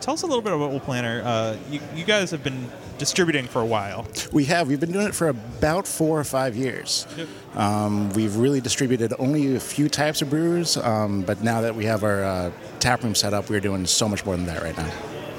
[SPEAKER 4] tell us a little bit about Old Planner. Uh, you, you guys have been distributing for a while.
[SPEAKER 8] We have. We've been doing it for about four or five years. Um, we've really distributed only a few types of brewers, um, but now that we have our uh, tap room set up, we're doing so much more than that right now.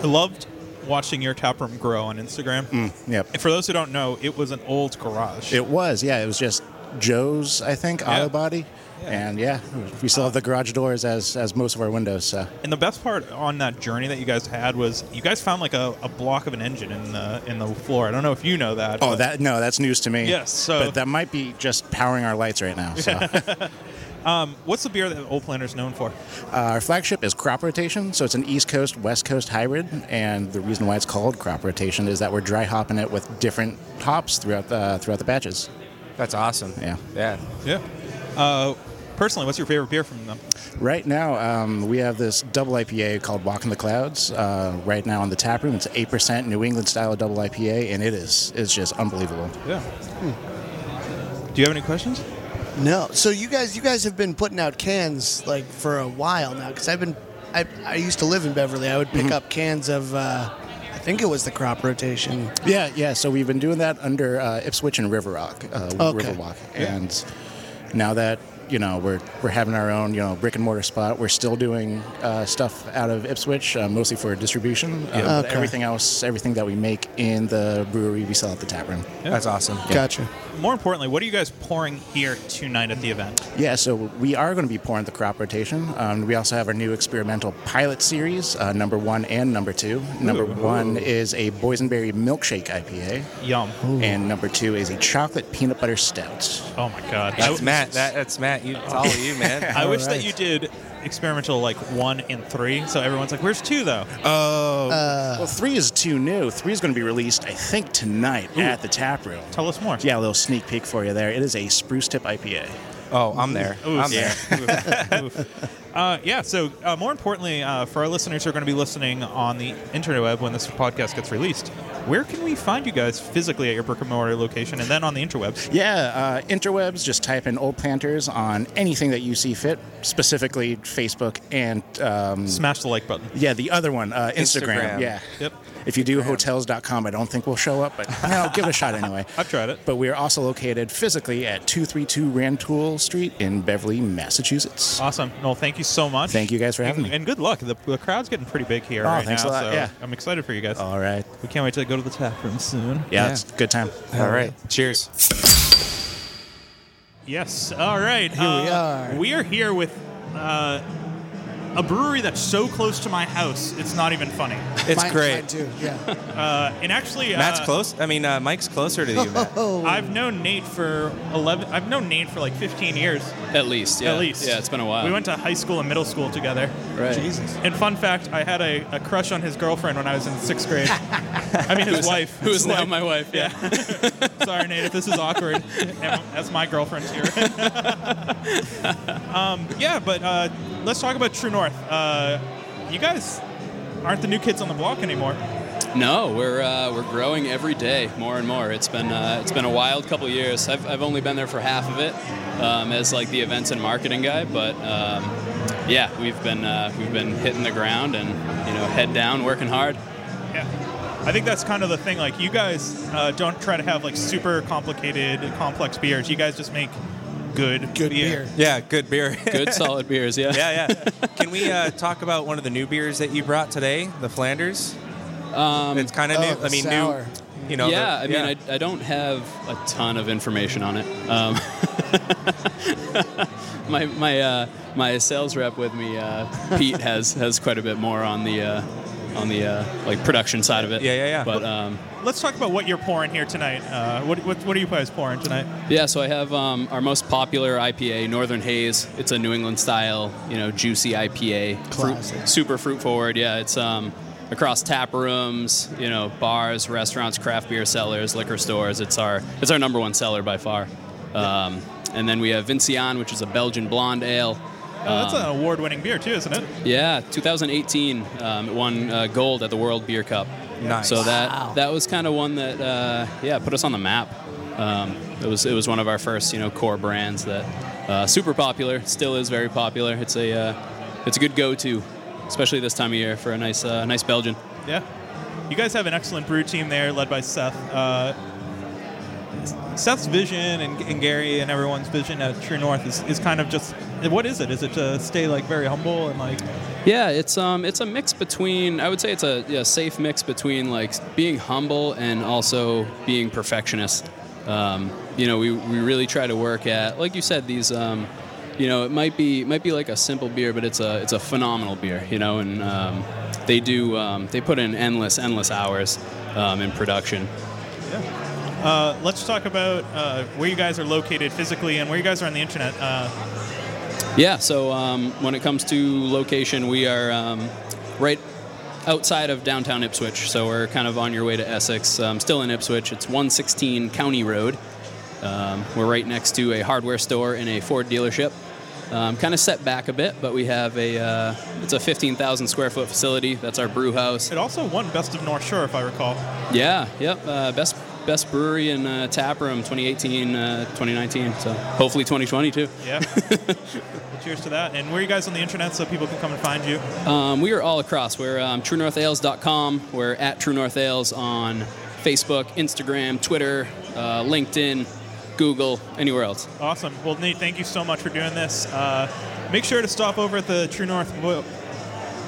[SPEAKER 4] I loved watching your tap room grow on Instagram.
[SPEAKER 8] Yep.
[SPEAKER 4] And for those who don't know, it was an old garage.
[SPEAKER 8] It was, yeah. It was just Joe's, I think,
[SPEAKER 4] Yeah.
[SPEAKER 8] auto body. And yeah, we still have the garage doors as as most of our windows. So
[SPEAKER 4] and the best part on that journey that you guys had was you guys found like a, a block of an engine in the in the floor. I don't know if you know that.
[SPEAKER 8] Oh,
[SPEAKER 4] but-
[SPEAKER 8] that no, that's news to me.
[SPEAKER 4] Yes, so-
[SPEAKER 8] but that might be just powering our lights right now. So
[SPEAKER 4] Um, What's the beer that Old Planner's known for?
[SPEAKER 8] Uh, our flagship is crop rotation, so it's an East Coast West Coast hybrid, and the reason why it's called crop rotation is that we're dry hopping it with different hops throughout the throughout the batches.
[SPEAKER 3] That's awesome.
[SPEAKER 8] Yeah.
[SPEAKER 3] Yeah.
[SPEAKER 4] Yeah. Uh, personally, what's your favorite beer from them?
[SPEAKER 8] Right now, um, we have this double IPA called Walk in the Clouds. Uh, right now in the tap room, it's eight percent New England style double IPA, and it is it's just unbelievable.
[SPEAKER 4] Yeah.
[SPEAKER 9] Hmm.
[SPEAKER 4] Do you have any questions?
[SPEAKER 5] No. So you guys, you guys have been putting out cans like for a while now, because I've been, I, I used to live in Beverly. I would pick up cans of, uh, I think it was the crop rotation.
[SPEAKER 8] Yeah, yeah. So we've been doing that under uh, Ipswich and River Rock, uh,
[SPEAKER 5] Okay.
[SPEAKER 8] River Walk, and now that you know we're we're having our own you know brick and mortar spot, we're still doing uh, stuff out of Ipswich, uh, mostly for distribution. Uh, but
[SPEAKER 5] Okay.
[SPEAKER 8] Everything else, everything that we make in the brewery, we sell at the tap room.
[SPEAKER 3] That's awesome.
[SPEAKER 5] Gotcha.
[SPEAKER 4] More importantly, what are you guys pouring here tonight at the event?
[SPEAKER 8] Yeah, so we are going to be pouring the crop rotation. Um, we also have our new experimental pilot series, uh, number one and number two. Number one is a boysenberry milkshake IPA,
[SPEAKER 4] Yum.
[SPEAKER 8] and number two is a chocolate peanut butter stout.
[SPEAKER 4] Oh my god. I,
[SPEAKER 3] That's Matt. That, that's Matt. You, it's all you, man.
[SPEAKER 4] I wish that you did experimental like one and three, so everyone's like, "Where's two though?"
[SPEAKER 3] Oh.
[SPEAKER 4] Uh.
[SPEAKER 8] Well, three is too new. Three is going to be released, I think, tonight at the tap room.
[SPEAKER 4] Tell us more.
[SPEAKER 8] Yeah, a little sneak peek for you there. It is a spruce tip IPA.
[SPEAKER 3] Oh, I'm there. I'm there.
[SPEAKER 4] Uh, yeah. So uh, more importantly, uh, for our listeners who are going to be listening on the interweb when this podcast gets released, where can we find you guys physically at your brick and mortar location, and then on the interwebs?
[SPEAKER 8] Yeah, uh, interwebs, just type in old planters on anything that you see fit, specifically Facebook and, um,
[SPEAKER 4] Smash the like button.
[SPEAKER 8] yeah, the other one, uh, Instagram.
[SPEAKER 3] Instagram.
[SPEAKER 8] Yeah.
[SPEAKER 4] Yep.
[SPEAKER 8] If you do hotels.com, I don't think we'll show up, but no, give it a shot anyway.
[SPEAKER 4] I've tried it.
[SPEAKER 8] But we are also located physically at 232 Rantoul Street in Beverly, Massachusetts.
[SPEAKER 4] Awesome. Noel, thank you so much.
[SPEAKER 8] Thank you guys for having
[SPEAKER 4] and,
[SPEAKER 8] me.
[SPEAKER 4] And good luck. The, the crowd's getting pretty big here
[SPEAKER 8] Oh,
[SPEAKER 4] right
[SPEAKER 8] thanks
[SPEAKER 4] now.
[SPEAKER 8] a lot.
[SPEAKER 4] So
[SPEAKER 8] Yeah.
[SPEAKER 4] I'm excited for you guys.
[SPEAKER 8] All right.
[SPEAKER 4] we can't wait to go to the tap room soon.
[SPEAKER 8] Yeah,
[SPEAKER 3] Yeah.
[SPEAKER 8] it's a good time.
[SPEAKER 3] All right. Cheers.
[SPEAKER 4] Yes. All right. Here
[SPEAKER 5] we are.
[SPEAKER 4] We are here with uh, a brewery that's so close to my house, it's not even funny.
[SPEAKER 3] It's
[SPEAKER 5] Mine-
[SPEAKER 3] great.
[SPEAKER 5] mine too. Yeah.
[SPEAKER 4] Uh, and actually,
[SPEAKER 3] Matt's
[SPEAKER 4] uh,
[SPEAKER 3] close. I mean, uh, Mike's closer to you, Matt.
[SPEAKER 4] I've known Nate for eleven. I've known Nate for like fifteen years
[SPEAKER 9] At least, yeah.
[SPEAKER 4] at least.
[SPEAKER 9] Yeah, it's been a while.
[SPEAKER 4] We went to high school and middle school together.
[SPEAKER 9] Right.
[SPEAKER 4] Jesus. And fun fact, I had a, a crush on his girlfriend when I was in sixth grade. I mean, his wife.
[SPEAKER 9] Who is
[SPEAKER 4] His
[SPEAKER 9] now
[SPEAKER 4] wife.
[SPEAKER 9] my wife? Yeah.
[SPEAKER 4] Sorry, Nate, if this is awkward. Em- That's my girlfriend here. um, yeah, but uh, let's talk about True North. Uh, you guys aren't the new kids on the block anymore.
[SPEAKER 9] No, we're uh, we're growing every day, more and more. It's been uh, it's been a wild couple years. I've, I've only been there for half of it, um, as like the events and marketing guy. But um, yeah, we've been uh, we've been hitting the ground and you know head down, working hard.
[SPEAKER 4] Yeah. I think that's kind of the thing. Like, you guys uh, don't try to have like super complicated, complex beers. You guys just make good,
[SPEAKER 5] Good beer.
[SPEAKER 3] Yeah, good beer.
[SPEAKER 9] Good solid beers. Yeah.
[SPEAKER 3] yeah, yeah. Can we uh, talk about one of the new beers that you brought today, the Flanders?
[SPEAKER 10] it's kind of
[SPEAKER 5] oh,
[SPEAKER 10] new.
[SPEAKER 5] the
[SPEAKER 10] I mean,
[SPEAKER 5] sour.
[SPEAKER 10] new. You know.
[SPEAKER 9] Um, yeah,
[SPEAKER 10] the-
[SPEAKER 9] I mean, I, I don't have a ton of information on it. Um, my my uh, my sales rep with me, uh, Pete, has has quite a bit more on the uh, on the uh, like production side of it.
[SPEAKER 10] Yeah, yeah, yeah.
[SPEAKER 9] But um,
[SPEAKER 4] Let's talk about what you're pouring here tonight. Uh, what, what, what are you guys pouring tonight?
[SPEAKER 9] Yeah, so I have um, our most popular IPA, Northern Haze. It's a New England style, you know, juicy IPA, Fruit-
[SPEAKER 5] Classic.
[SPEAKER 9] super fruit forward. Yeah, it's um, across tap rooms, you know, bars, restaurants, craft beer sellers, liquor stores. It's our it's our number one seller by far. Um, and then we have Vincian, which is a Belgian blonde ale. Um,
[SPEAKER 4] Oh, that's an award-winning beer too, isn't it?
[SPEAKER 9] Yeah, 2018, um, it won uh, gold at the World Beer Cup.
[SPEAKER 3] Nice.
[SPEAKER 9] So that that was kind of one that uh, yeah put us on the map. Um, it was it was one of our first you know core brands that uh, super popular, still is very popular. It's a uh, it's a good go-to, especially this time of year for a nice uh, nice Belgian.
[SPEAKER 4] Yeah. You guys have an excellent brew team there, led by Seth. Uh, Seth's vision and, and Gary and everyone's vision at True North is, is kind of just what is it? Is it to stay like very humble and like
[SPEAKER 9] Yeah, it's um, it's a mix between. I would say it's a yeah, safe mix between like being humble and also being perfectionist. Um, you know, we, we really try to work at, like you said, these. Um, you know, it might be might be like a simple beer, but it's a it's a phenomenal beer. You know, and um, they do um, they put in endless endless hours um, in production.
[SPEAKER 4] Uh, let's talk about uh, where you guys are located physically and where you guys are on the internet. Uh,
[SPEAKER 9] Yeah, so um, when it comes to location, we are um, right outside of downtown Ipswich. So we're kind of on your way to Essex, um, still in Ipswich. It's 116 County Road. Um, we're right next to a hardware store and a Ford dealership. Um, kind of set back a bit, but we have a uh, it's a 15,000 square foot facility. That's our brew house.
[SPEAKER 4] it also won Best of North Shore, if I recall.
[SPEAKER 9] Yeah, yep. Uh, best best brewery and uh, tap room 2018, uh, 2019. So hopefully 2020 too.
[SPEAKER 4] Yeah. well, cheers to that. And where are you guys on the internet so people can come and find you?
[SPEAKER 9] Um, we are all across. We're um, truenorthales.com. We're at True North Ales on Facebook, Instagram, Twitter, uh, LinkedIn, Google, anywhere else.
[SPEAKER 4] Awesome. Well, Nate, thank you so much for doing this. Uh, make sure to stop over at the True North wo-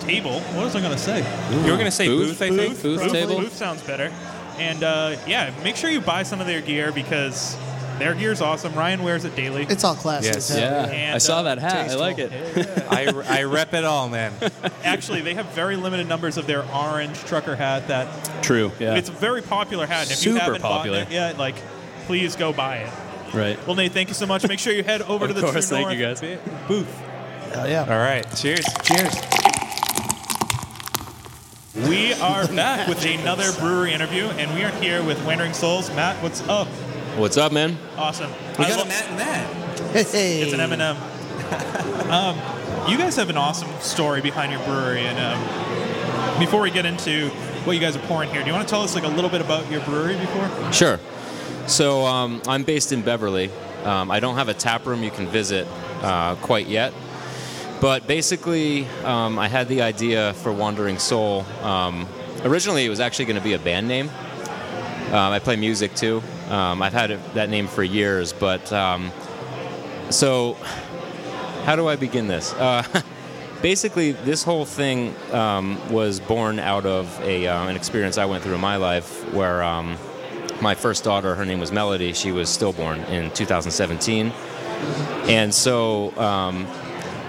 [SPEAKER 4] table. What was I going to say?
[SPEAKER 10] you were gonna say booth,
[SPEAKER 9] Booth?
[SPEAKER 10] I think.
[SPEAKER 9] Booth table?
[SPEAKER 4] Booth sounds better. And uh, yeah, make sure you buy some of their gear because their gear's awesome. Ryan wears it daily.
[SPEAKER 5] It's all classic.
[SPEAKER 3] Yes.
[SPEAKER 5] huh?
[SPEAKER 9] Yeah,
[SPEAKER 4] And,
[SPEAKER 9] I saw
[SPEAKER 4] uh,
[SPEAKER 9] that hat. I
[SPEAKER 5] tasteful.
[SPEAKER 9] like it.
[SPEAKER 10] I, I rep it all, man.
[SPEAKER 4] Actually, they have very limited numbers of their orange trucker hat that
[SPEAKER 9] True. Yeah.
[SPEAKER 4] It's a very popular hat. And if you
[SPEAKER 9] Super
[SPEAKER 4] haven't
[SPEAKER 9] popular.
[SPEAKER 4] bought it yet, like, please go buy it.
[SPEAKER 9] right.
[SPEAKER 4] Well, Nate, thank you so much. Make sure you head over to
[SPEAKER 9] Of
[SPEAKER 4] the
[SPEAKER 9] course,
[SPEAKER 4] True
[SPEAKER 9] thank you,
[SPEAKER 4] North
[SPEAKER 9] guys.
[SPEAKER 4] bi- booth.
[SPEAKER 5] Hell yeah.
[SPEAKER 10] All right, cheers.
[SPEAKER 5] Cheers.
[SPEAKER 4] We are back with another brewery interview, and we are here with Wandering Souls. Matt, what's up?
[SPEAKER 11] What's up, man?
[SPEAKER 4] Awesome.
[SPEAKER 10] We
[SPEAKER 4] I
[SPEAKER 10] got a
[SPEAKER 4] love-
[SPEAKER 10] Matt and Matt.
[SPEAKER 5] Hey.
[SPEAKER 4] It's an M and M. Um, you guys have an awesome story behind your brewery, and um, before we get into what you guys are pouring here, do you want to tell us like a little bit about your brewery before?
[SPEAKER 11] Sure. So um, I'm based in Beverly. Um, I don't have a tap room you can visit uh, quite yet, but basically um, I had the idea for Wandering Soul. Um, originally, it was actually going to be a band name. Um, I play music too. Um, I've had it, that name for years, but um, so how do I begin this? Uh, basically, this whole thing um, was born out of a, uh, an experience I went through in my life where. Um, my first daughter, her name was Melody. She was stillborn in 2017, and so um,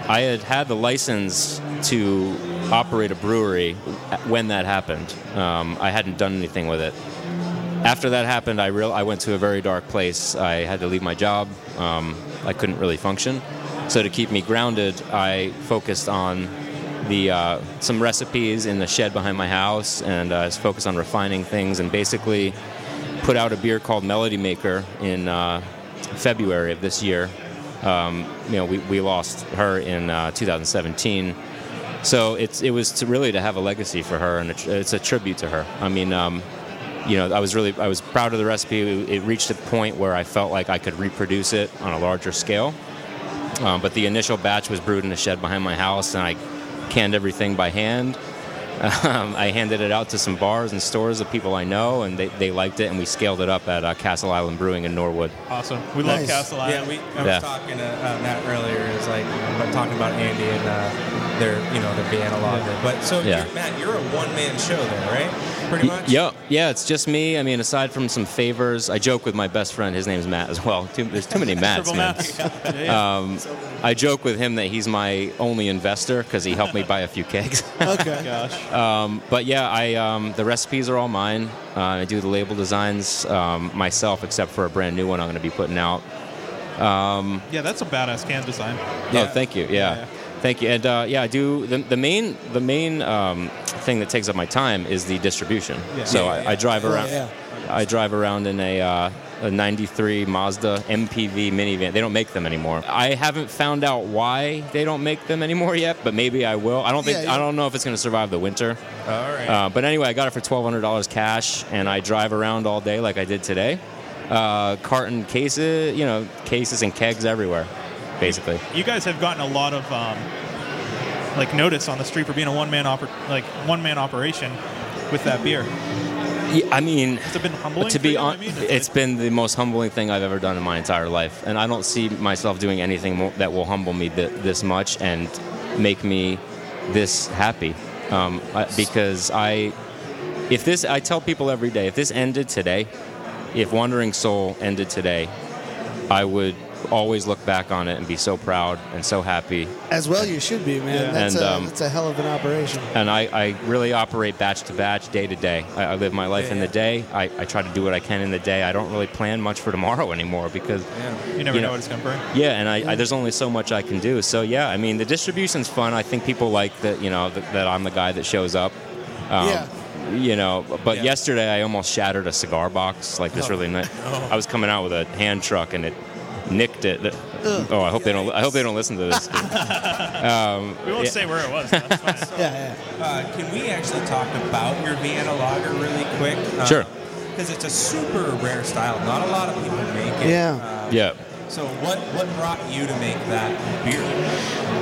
[SPEAKER 11] I had had the license to operate a brewery when that happened. Um, I hadn't done anything with it. After that happened, I real I went to a very dark place. I had to leave my job. Um, I couldn't really function. So to keep me grounded, I focused on the uh, some recipes in the shed behind my house, and uh, I was focused on refining things and basically put out a beer called Melody Maker in uh, February of this year. Um, you know, we, we lost her in uh, 2017. So it's, it was to really to have a legacy for her, and it's- it's a tribute to her. I mean, um, you know, I was really I was proud of the recipe. It reached a point where I felt like I could reproduce it on a larger scale. Um, but the initial batch was brewed in a shed behind my house, and I canned everything by hand. Um, I handed it out to some bars and stores of people I know, and they, they liked it, and we scaled it up at uh, Castle Island Brewing in Norwood.
[SPEAKER 4] Awesome. We love
[SPEAKER 5] Nice.
[SPEAKER 4] Castle
[SPEAKER 10] Yeah,
[SPEAKER 4] Island.
[SPEAKER 10] we. I was
[SPEAKER 11] Yeah.
[SPEAKER 10] talking to uh, Matt earlier. Is like I'm talking about Andy and uh, their, you know, their band a lot. But so,
[SPEAKER 11] Yeah.
[SPEAKER 10] you're- Matt, you're a one man show there, right? pretty much?
[SPEAKER 11] Yep. Yeah, it's just me. I mean, aside from some favors, I joke with my best friend. His name's Matt as well. Too, there's too many Matts, man. Um, I joke with him that he's my only investor because he helped me buy a few kegs. Um, but yeah, I um, the recipes are all mine. Uh, I do the label designs um, myself, except for a brand new one I'm going to be putting out. Um,
[SPEAKER 4] Yeah, that's a badass can design.
[SPEAKER 11] Oh, thank you. Yeah.
[SPEAKER 4] Yeah.
[SPEAKER 11] Thank you. And uh, yeah, I do the, the main the main um, thing that takes up my time is the distribution.
[SPEAKER 4] Yeah.
[SPEAKER 11] So
[SPEAKER 4] Yeah,
[SPEAKER 11] I,
[SPEAKER 4] yeah,
[SPEAKER 11] I drive around.
[SPEAKER 5] yeah.
[SPEAKER 11] I drive around in a. Uh, a 93 Mazda MPV minivan. They don't make them anymore. I haven't found out why they don't make them anymore yet, but maybe I will. I don't think
[SPEAKER 5] Yeah, yeah.
[SPEAKER 11] I don't know if it's going to survive the winter.
[SPEAKER 10] All right.
[SPEAKER 11] Uh, but anyway, I got it for twelve hundred dollars cash, and I drive around all day like I did today, uh, carton cases, you know, cases and kegs everywhere, basically.
[SPEAKER 4] You guys have gotten a lot of um, like notice on the street for being a one man oper- like one man operation with that beer.
[SPEAKER 11] Yeah, I mean,
[SPEAKER 4] Has it been humbling?
[SPEAKER 11] to
[SPEAKER 4] for
[SPEAKER 11] be
[SPEAKER 4] you? I
[SPEAKER 11] honest,
[SPEAKER 4] mean,
[SPEAKER 11] it's been the most humbling thing I've ever done in my entire life, and I don't see myself doing anything more, that will humble me th- this much and make me this happy. Um, I, because I, if this, I tell people every day, if this ended today, if Wandering Soul ended today, I would always look back on it and be so proud and so happy
[SPEAKER 5] As well, you should be, man. That's,
[SPEAKER 11] And,
[SPEAKER 5] a,
[SPEAKER 11] um,
[SPEAKER 5] that's a hell of an operation.
[SPEAKER 11] and I, I really operate batch to batch, day to day. I, I live my life in the day. I, I try to do what I can in the day. I don't really plan much for tomorrow anymore because,
[SPEAKER 4] you never
[SPEAKER 11] you
[SPEAKER 4] know
[SPEAKER 11] know-
[SPEAKER 4] what it's going to bring.
[SPEAKER 11] yeah, and I, I, there's only so much I can do. So yeah, I mean the distribution's fun. I think people like that. You know that, that I'm the guy that shows up. Um,
[SPEAKER 5] Yeah.
[SPEAKER 11] You know, but yesterday I almost shattered a cigar box. Like
[SPEAKER 5] Oh,
[SPEAKER 11] this really nice. I was coming out with a hand truck and it nicked it. That- oh, I hope they don't. I hope they don't listen to this. Um,
[SPEAKER 4] We won't
[SPEAKER 11] yeah.
[SPEAKER 4] say where it was. though. That's fine.
[SPEAKER 5] Yeah, yeah.
[SPEAKER 10] Uh, can we actually talk about your Vienna lager really quick?
[SPEAKER 11] Sure.
[SPEAKER 10] Because it's a super rare style. Not a lot of people make it.
[SPEAKER 5] Yeah.
[SPEAKER 11] yeah.
[SPEAKER 10] Uh, so what what brought you to make that beer?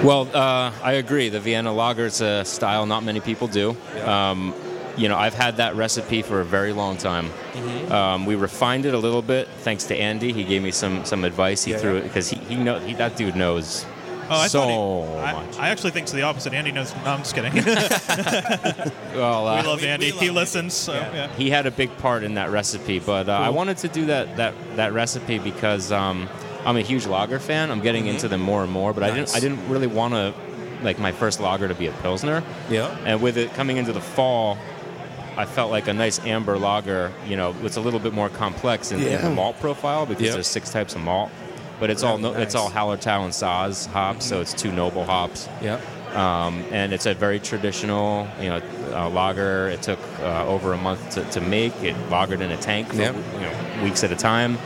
[SPEAKER 11] Well, uh, I agree. The Vienna lager is a style not many people do. Um, you know, I've had that recipe for a very long time.
[SPEAKER 4] Mm-hmm.
[SPEAKER 11] Um, we refined it a little bit thanks to Andy. He gave me some some advice. He threw it because he he, know, he that dude knows
[SPEAKER 4] Oh, I
[SPEAKER 11] so
[SPEAKER 4] thought he, I,
[SPEAKER 11] much.
[SPEAKER 4] I actually think it's the opposite. Andy knows. No, I'm just kidding. we
[SPEAKER 11] well, uh,
[SPEAKER 4] love
[SPEAKER 10] we
[SPEAKER 4] Andy.
[SPEAKER 10] love
[SPEAKER 4] he
[SPEAKER 10] Andy.
[SPEAKER 4] listens. So yeah.
[SPEAKER 11] he had a big part in that recipe. But uh, I wanted to do that that that recipe because um, I'm a huge lager fan. I'm getting into them more and more. But I didn't
[SPEAKER 10] Mm-hmm.
[SPEAKER 11] I
[SPEAKER 10] Nice.
[SPEAKER 11] didn't really want to like my first lager to be a pilsner.
[SPEAKER 10] Yeah.
[SPEAKER 11] And with it coming into the fall, I felt like a nice amber lager, you know, it's a little bit more complex in, in
[SPEAKER 5] Yeah.
[SPEAKER 11] the malt profile because
[SPEAKER 10] Yep.
[SPEAKER 11] there's six types of malt. But it's all no,
[SPEAKER 10] Nice. Mm-hmm.
[SPEAKER 11] it's all Hallertau and Saz hops, so it's two noble hops,
[SPEAKER 10] Yep.
[SPEAKER 11] um, and it's a very traditional, you know, uh, lager. It took uh, over a month to, to make. It lagered in a tank for
[SPEAKER 10] Yep.
[SPEAKER 11] you know, weeks at a time.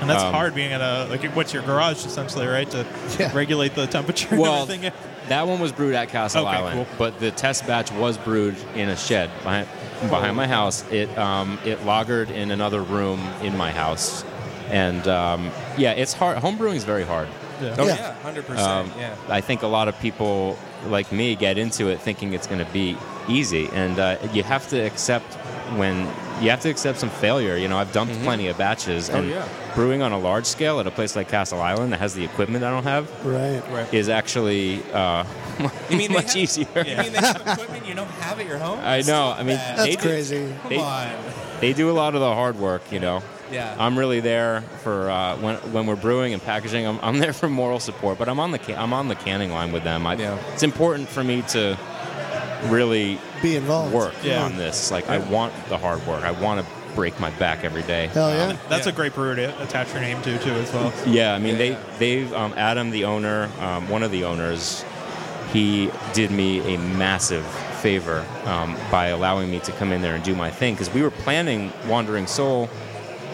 [SPEAKER 4] And that's
[SPEAKER 11] Um,
[SPEAKER 4] hard being in a like what's your garage essentially, right? To
[SPEAKER 5] Yeah.
[SPEAKER 4] regulate the temperature
[SPEAKER 11] Well,
[SPEAKER 4] and everything.
[SPEAKER 11] that one was brewed at Castle
[SPEAKER 4] Okay,
[SPEAKER 11] Island,
[SPEAKER 4] cool.
[SPEAKER 11] but the test batch was brewed in a shed behind, behind my house. It um, it lagered in another room in my house, and um, yeah, it's hard. Home brewing is very hard.
[SPEAKER 10] Oh
[SPEAKER 5] Yeah.
[SPEAKER 10] yeah, hundred
[SPEAKER 11] Um,
[SPEAKER 10] percent. Yeah.
[SPEAKER 11] I think a lot of people like me get into it thinking it's going to be easy, and uh, you have to accept when you have to accept some failure. You know, I've dumped plenty of batches, and
[SPEAKER 10] Mm-hmm. Oh, yeah.
[SPEAKER 11] brewing on a large scale at a place like Castle Island that has the equipment I don't have
[SPEAKER 5] Right.
[SPEAKER 11] is actually uh,
[SPEAKER 10] mean they
[SPEAKER 11] much
[SPEAKER 10] have-
[SPEAKER 11] easier.
[SPEAKER 10] You mean they have equipment you don't have at your home?
[SPEAKER 11] I know. I mean,
[SPEAKER 10] That's
[SPEAKER 11] they
[SPEAKER 5] That's
[SPEAKER 11] do,
[SPEAKER 5] crazy.
[SPEAKER 10] Come
[SPEAKER 11] They-
[SPEAKER 10] on.
[SPEAKER 11] They do a lot of the hard work, you know.
[SPEAKER 10] Yeah.
[SPEAKER 11] I'm really there for uh, when when we're brewing and packaging. I'm, I'm there for moral support, but I'm on the ca- I'm on the canning line with them. I,
[SPEAKER 10] Yeah.
[SPEAKER 11] It's important for me to really
[SPEAKER 5] Be involved.
[SPEAKER 11] work
[SPEAKER 4] Yeah.
[SPEAKER 11] on this. Like I want the hard work. I want to break my back every day.
[SPEAKER 5] Hell yeah.
[SPEAKER 4] Um, That's
[SPEAKER 10] Yeah.
[SPEAKER 4] a great brewer to attach your name to too, as well.
[SPEAKER 11] Yeah, I mean
[SPEAKER 10] Yeah,
[SPEAKER 11] they
[SPEAKER 10] yeah.
[SPEAKER 11] they've um, Adam the owner, um, one of the owners, he did me a massive favor um, by allowing me to come in there and do my thing because we were planning Wandering Soul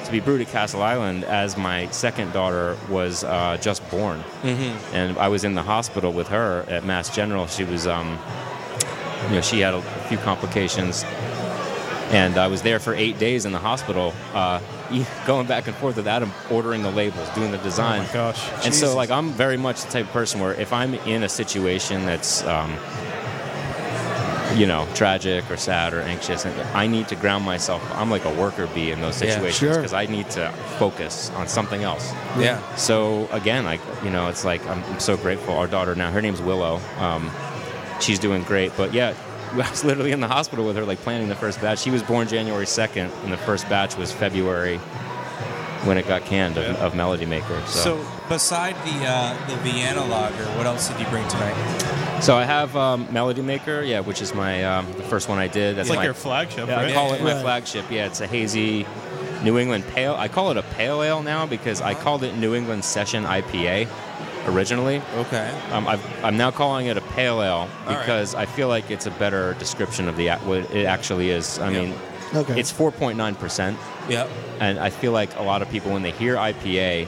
[SPEAKER 11] to be brewed at Castle Island as my second daughter was uh, just born, mm-hmm. and I was in the hospital with her at Mass General. She was, um, you know, she had a few complications and I was there for eight days in the hospital, uh, going back and forth with Adam, ordering the labels, doing the design.
[SPEAKER 4] Oh my gosh.
[SPEAKER 11] And so, like, I'm very much the type of person where if I'm in a situation that's, um, you know, tragic or sad or anxious, and I need to ground myself. I'm like a worker bee in those
[SPEAKER 10] Yeah,
[SPEAKER 11] situations
[SPEAKER 5] sure.
[SPEAKER 11] because I need to focus on something else.
[SPEAKER 10] Yeah.
[SPEAKER 11] So again, like you know, it's like I'm, I'm so grateful. Our daughter now, her name's Willow. Um, she's doing great. But yeah, I was literally in the hospital with her, like planning the first batch. She was born January 2nd, and the first batch was February when it got canned of, of Melody Maker.
[SPEAKER 10] So, beside the uh, the Vienna lager, what else did you bring tonight?
[SPEAKER 11] So I have um, Melody Maker, yeah, which is my um, the first one I did. That's
[SPEAKER 4] It's like
[SPEAKER 11] my,
[SPEAKER 4] your flagship,
[SPEAKER 11] yeah,
[SPEAKER 4] right?
[SPEAKER 11] I call it my
[SPEAKER 5] Right.
[SPEAKER 11] flagship. Yeah, it's a hazy New England pale. I call it a pale ale now because I called it New England Session IPA originally.
[SPEAKER 10] Okay.
[SPEAKER 11] Um, I've, I'm now calling it a pale ale
[SPEAKER 10] right.
[SPEAKER 11] because I feel like it's a better description of the a- what it actually is. I
[SPEAKER 10] Yeah.
[SPEAKER 11] mean,
[SPEAKER 5] Okay.
[SPEAKER 11] it's 4.9 percent.
[SPEAKER 10] Yep.
[SPEAKER 11] And I feel like a lot of people, when they hear IPA,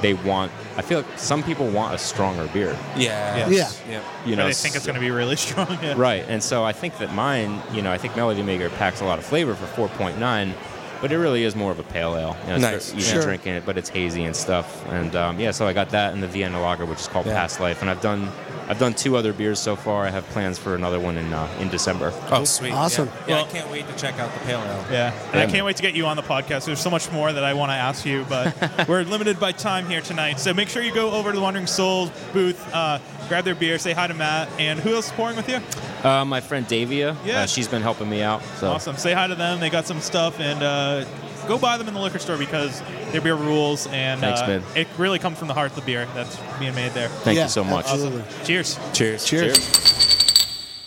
[SPEAKER 11] they want. I feel like some people want a stronger beer.
[SPEAKER 10] Yeah.
[SPEAKER 5] Yes.
[SPEAKER 10] Yep.
[SPEAKER 11] You know,
[SPEAKER 4] I think
[SPEAKER 11] s-
[SPEAKER 4] it's going to be really strong. Yeah.
[SPEAKER 11] right. And so I think that mine, you know, I think Melody Maker packs a lot of flavor for 4.9, but it really is more of a pale ale. You know,
[SPEAKER 10] Nice.
[SPEAKER 11] It's very easy
[SPEAKER 10] Sure.
[SPEAKER 11] drinking it, but it's hazy and stuff. And um, yeah, so I got that and the Vienna Lager, which is called
[SPEAKER 10] Yeah.
[SPEAKER 11] Past Life. And I've done, I've done two other beers so far. I have plans for another one in uh, in December.
[SPEAKER 10] Oh, sweet.
[SPEAKER 5] Awesome.
[SPEAKER 10] Yeah, yeah
[SPEAKER 4] Well-
[SPEAKER 10] I can't wait to check out the pale ale.
[SPEAKER 4] Yeah, and I
[SPEAKER 11] Yeah.
[SPEAKER 4] can't wait to get you on the podcast. There's so much more that I want to ask you, but we're limited by time here tonight. So make sure you go over to the Wandering Souls booth, uh, grab their beer, say hi to Matt, and who else is pouring with you?
[SPEAKER 11] Uh, my friend Davia,
[SPEAKER 4] Yeah.
[SPEAKER 11] uh, she's been helping me out. So
[SPEAKER 4] Awesome. Say hi to them. They got some stuff, and uh, go buy them in the liquor store because their beer rules, and
[SPEAKER 11] Thanks,
[SPEAKER 4] uh,
[SPEAKER 11] man.
[SPEAKER 4] it really comes from the heart. The beer that's being made there.
[SPEAKER 11] thank
[SPEAKER 5] Yeah,
[SPEAKER 11] you so much.
[SPEAKER 5] Absolutely.
[SPEAKER 4] Cheers.
[SPEAKER 10] Cheers.
[SPEAKER 5] Cheers.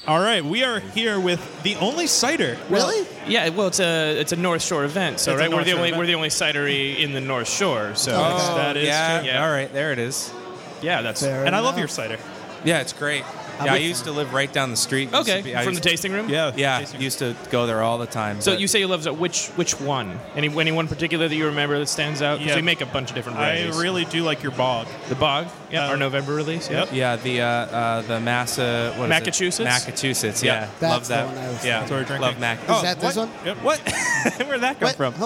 [SPEAKER 4] All right, we are here with the only cider.
[SPEAKER 5] Really?
[SPEAKER 12] Yeah, well, it's a it's a North Shore event, so
[SPEAKER 4] It's a
[SPEAKER 12] right, we're
[SPEAKER 4] North
[SPEAKER 12] the
[SPEAKER 4] Shore
[SPEAKER 12] only
[SPEAKER 4] event.
[SPEAKER 12] we're the only cidery in the North Shore, so
[SPEAKER 10] Oh,
[SPEAKER 4] That is
[SPEAKER 10] yeah.
[SPEAKER 4] true.
[SPEAKER 12] Yeah.
[SPEAKER 10] All right, there it is.
[SPEAKER 12] yeah, that's
[SPEAKER 5] Fair
[SPEAKER 4] And I love
[SPEAKER 5] enough.
[SPEAKER 4] your cider.
[SPEAKER 10] Yeah, it's great. Yeah, I used to live right down the street. Used to
[SPEAKER 12] okay
[SPEAKER 10] be- I
[SPEAKER 12] from the
[SPEAKER 10] used-
[SPEAKER 12] tasting room.
[SPEAKER 4] Yeah.
[SPEAKER 10] Yeah, used to go there all the time.
[SPEAKER 12] So
[SPEAKER 10] but-
[SPEAKER 12] you say you love so which which one? Any any one particular that you remember that stands out? Because
[SPEAKER 4] Yeah.
[SPEAKER 12] we make a bunch of different
[SPEAKER 4] I
[SPEAKER 12] varieties.
[SPEAKER 4] really do like your bog.
[SPEAKER 12] the bog. Yeah,
[SPEAKER 4] Uh,
[SPEAKER 12] our November release. Yeah.
[SPEAKER 4] Yep.
[SPEAKER 10] Yeah, the uh, uh, the Massa. What is it?
[SPEAKER 12] Massachusetts?
[SPEAKER 10] Massachusetts.
[SPEAKER 12] Yeah.
[SPEAKER 10] Yeah,
[SPEAKER 5] That's
[SPEAKER 10] love
[SPEAKER 5] the
[SPEAKER 10] that.
[SPEAKER 5] one I was
[SPEAKER 10] yeah,
[SPEAKER 4] That's what we're drinking.
[SPEAKER 10] love Mac. Oh,
[SPEAKER 5] Is that this one?
[SPEAKER 4] Yep. Oh, What? Where'd that come
[SPEAKER 5] What?
[SPEAKER 4] from?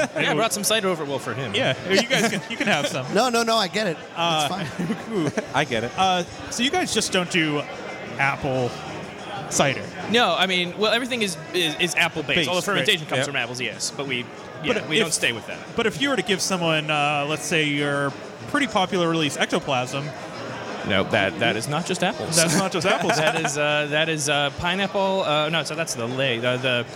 [SPEAKER 5] Oh,
[SPEAKER 12] Yeah, I brought some cider over well for him.
[SPEAKER 4] Yeah, you guys can, you can have some.
[SPEAKER 5] no, no, no. I get it. That's fine.
[SPEAKER 10] I get it.
[SPEAKER 4] Uh, so you guys just don't do apple cider,
[SPEAKER 12] No, I mean, well, everything is is, is apple based.
[SPEAKER 4] Based,
[SPEAKER 12] All the fermentation
[SPEAKER 4] right.
[SPEAKER 12] comes
[SPEAKER 10] Yep.
[SPEAKER 12] from apples, yes, but we yeah,
[SPEAKER 4] But
[SPEAKER 12] we
[SPEAKER 4] if-
[SPEAKER 12] don't stay with that.
[SPEAKER 4] but if you were to give someone, uh, let's say your pretty popular release ectoplasm,
[SPEAKER 12] No, that that is not just apples.
[SPEAKER 4] that's not just apples.
[SPEAKER 12] that is uh, that is uh, pineapple. Uh, no, so that's the lay. The the,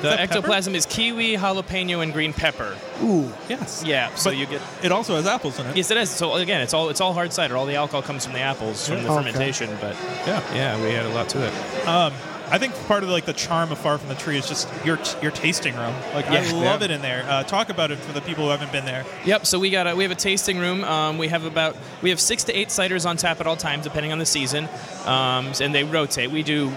[SPEAKER 12] the
[SPEAKER 4] pepper?
[SPEAKER 12] ectoplasm is kiwi, jalapeno, and green pepper.
[SPEAKER 5] Ooh.
[SPEAKER 4] yes.
[SPEAKER 12] Yeah, so
[SPEAKER 4] But
[SPEAKER 12] you get.
[SPEAKER 4] It also has apples in it.
[SPEAKER 12] Yes, it is. So again, it's all it's all hard cider. All the alcohol comes from the apples from the
[SPEAKER 5] Okay.
[SPEAKER 12] fermentation, but yeah, yeah, we had a lot to it.
[SPEAKER 4] um, I think part of like the charm of Far from the Tree is just your your tasting room. Like I
[SPEAKER 12] Yeah.
[SPEAKER 4] love
[SPEAKER 12] Yeah.
[SPEAKER 4] it in there. Uh, talk about it for the people who haven't been there.
[SPEAKER 12] Yep. So we got a, we have a tasting room. Um, we have about we have six to eight ciders on tap at all times, depending on the season, um, and they rotate. We do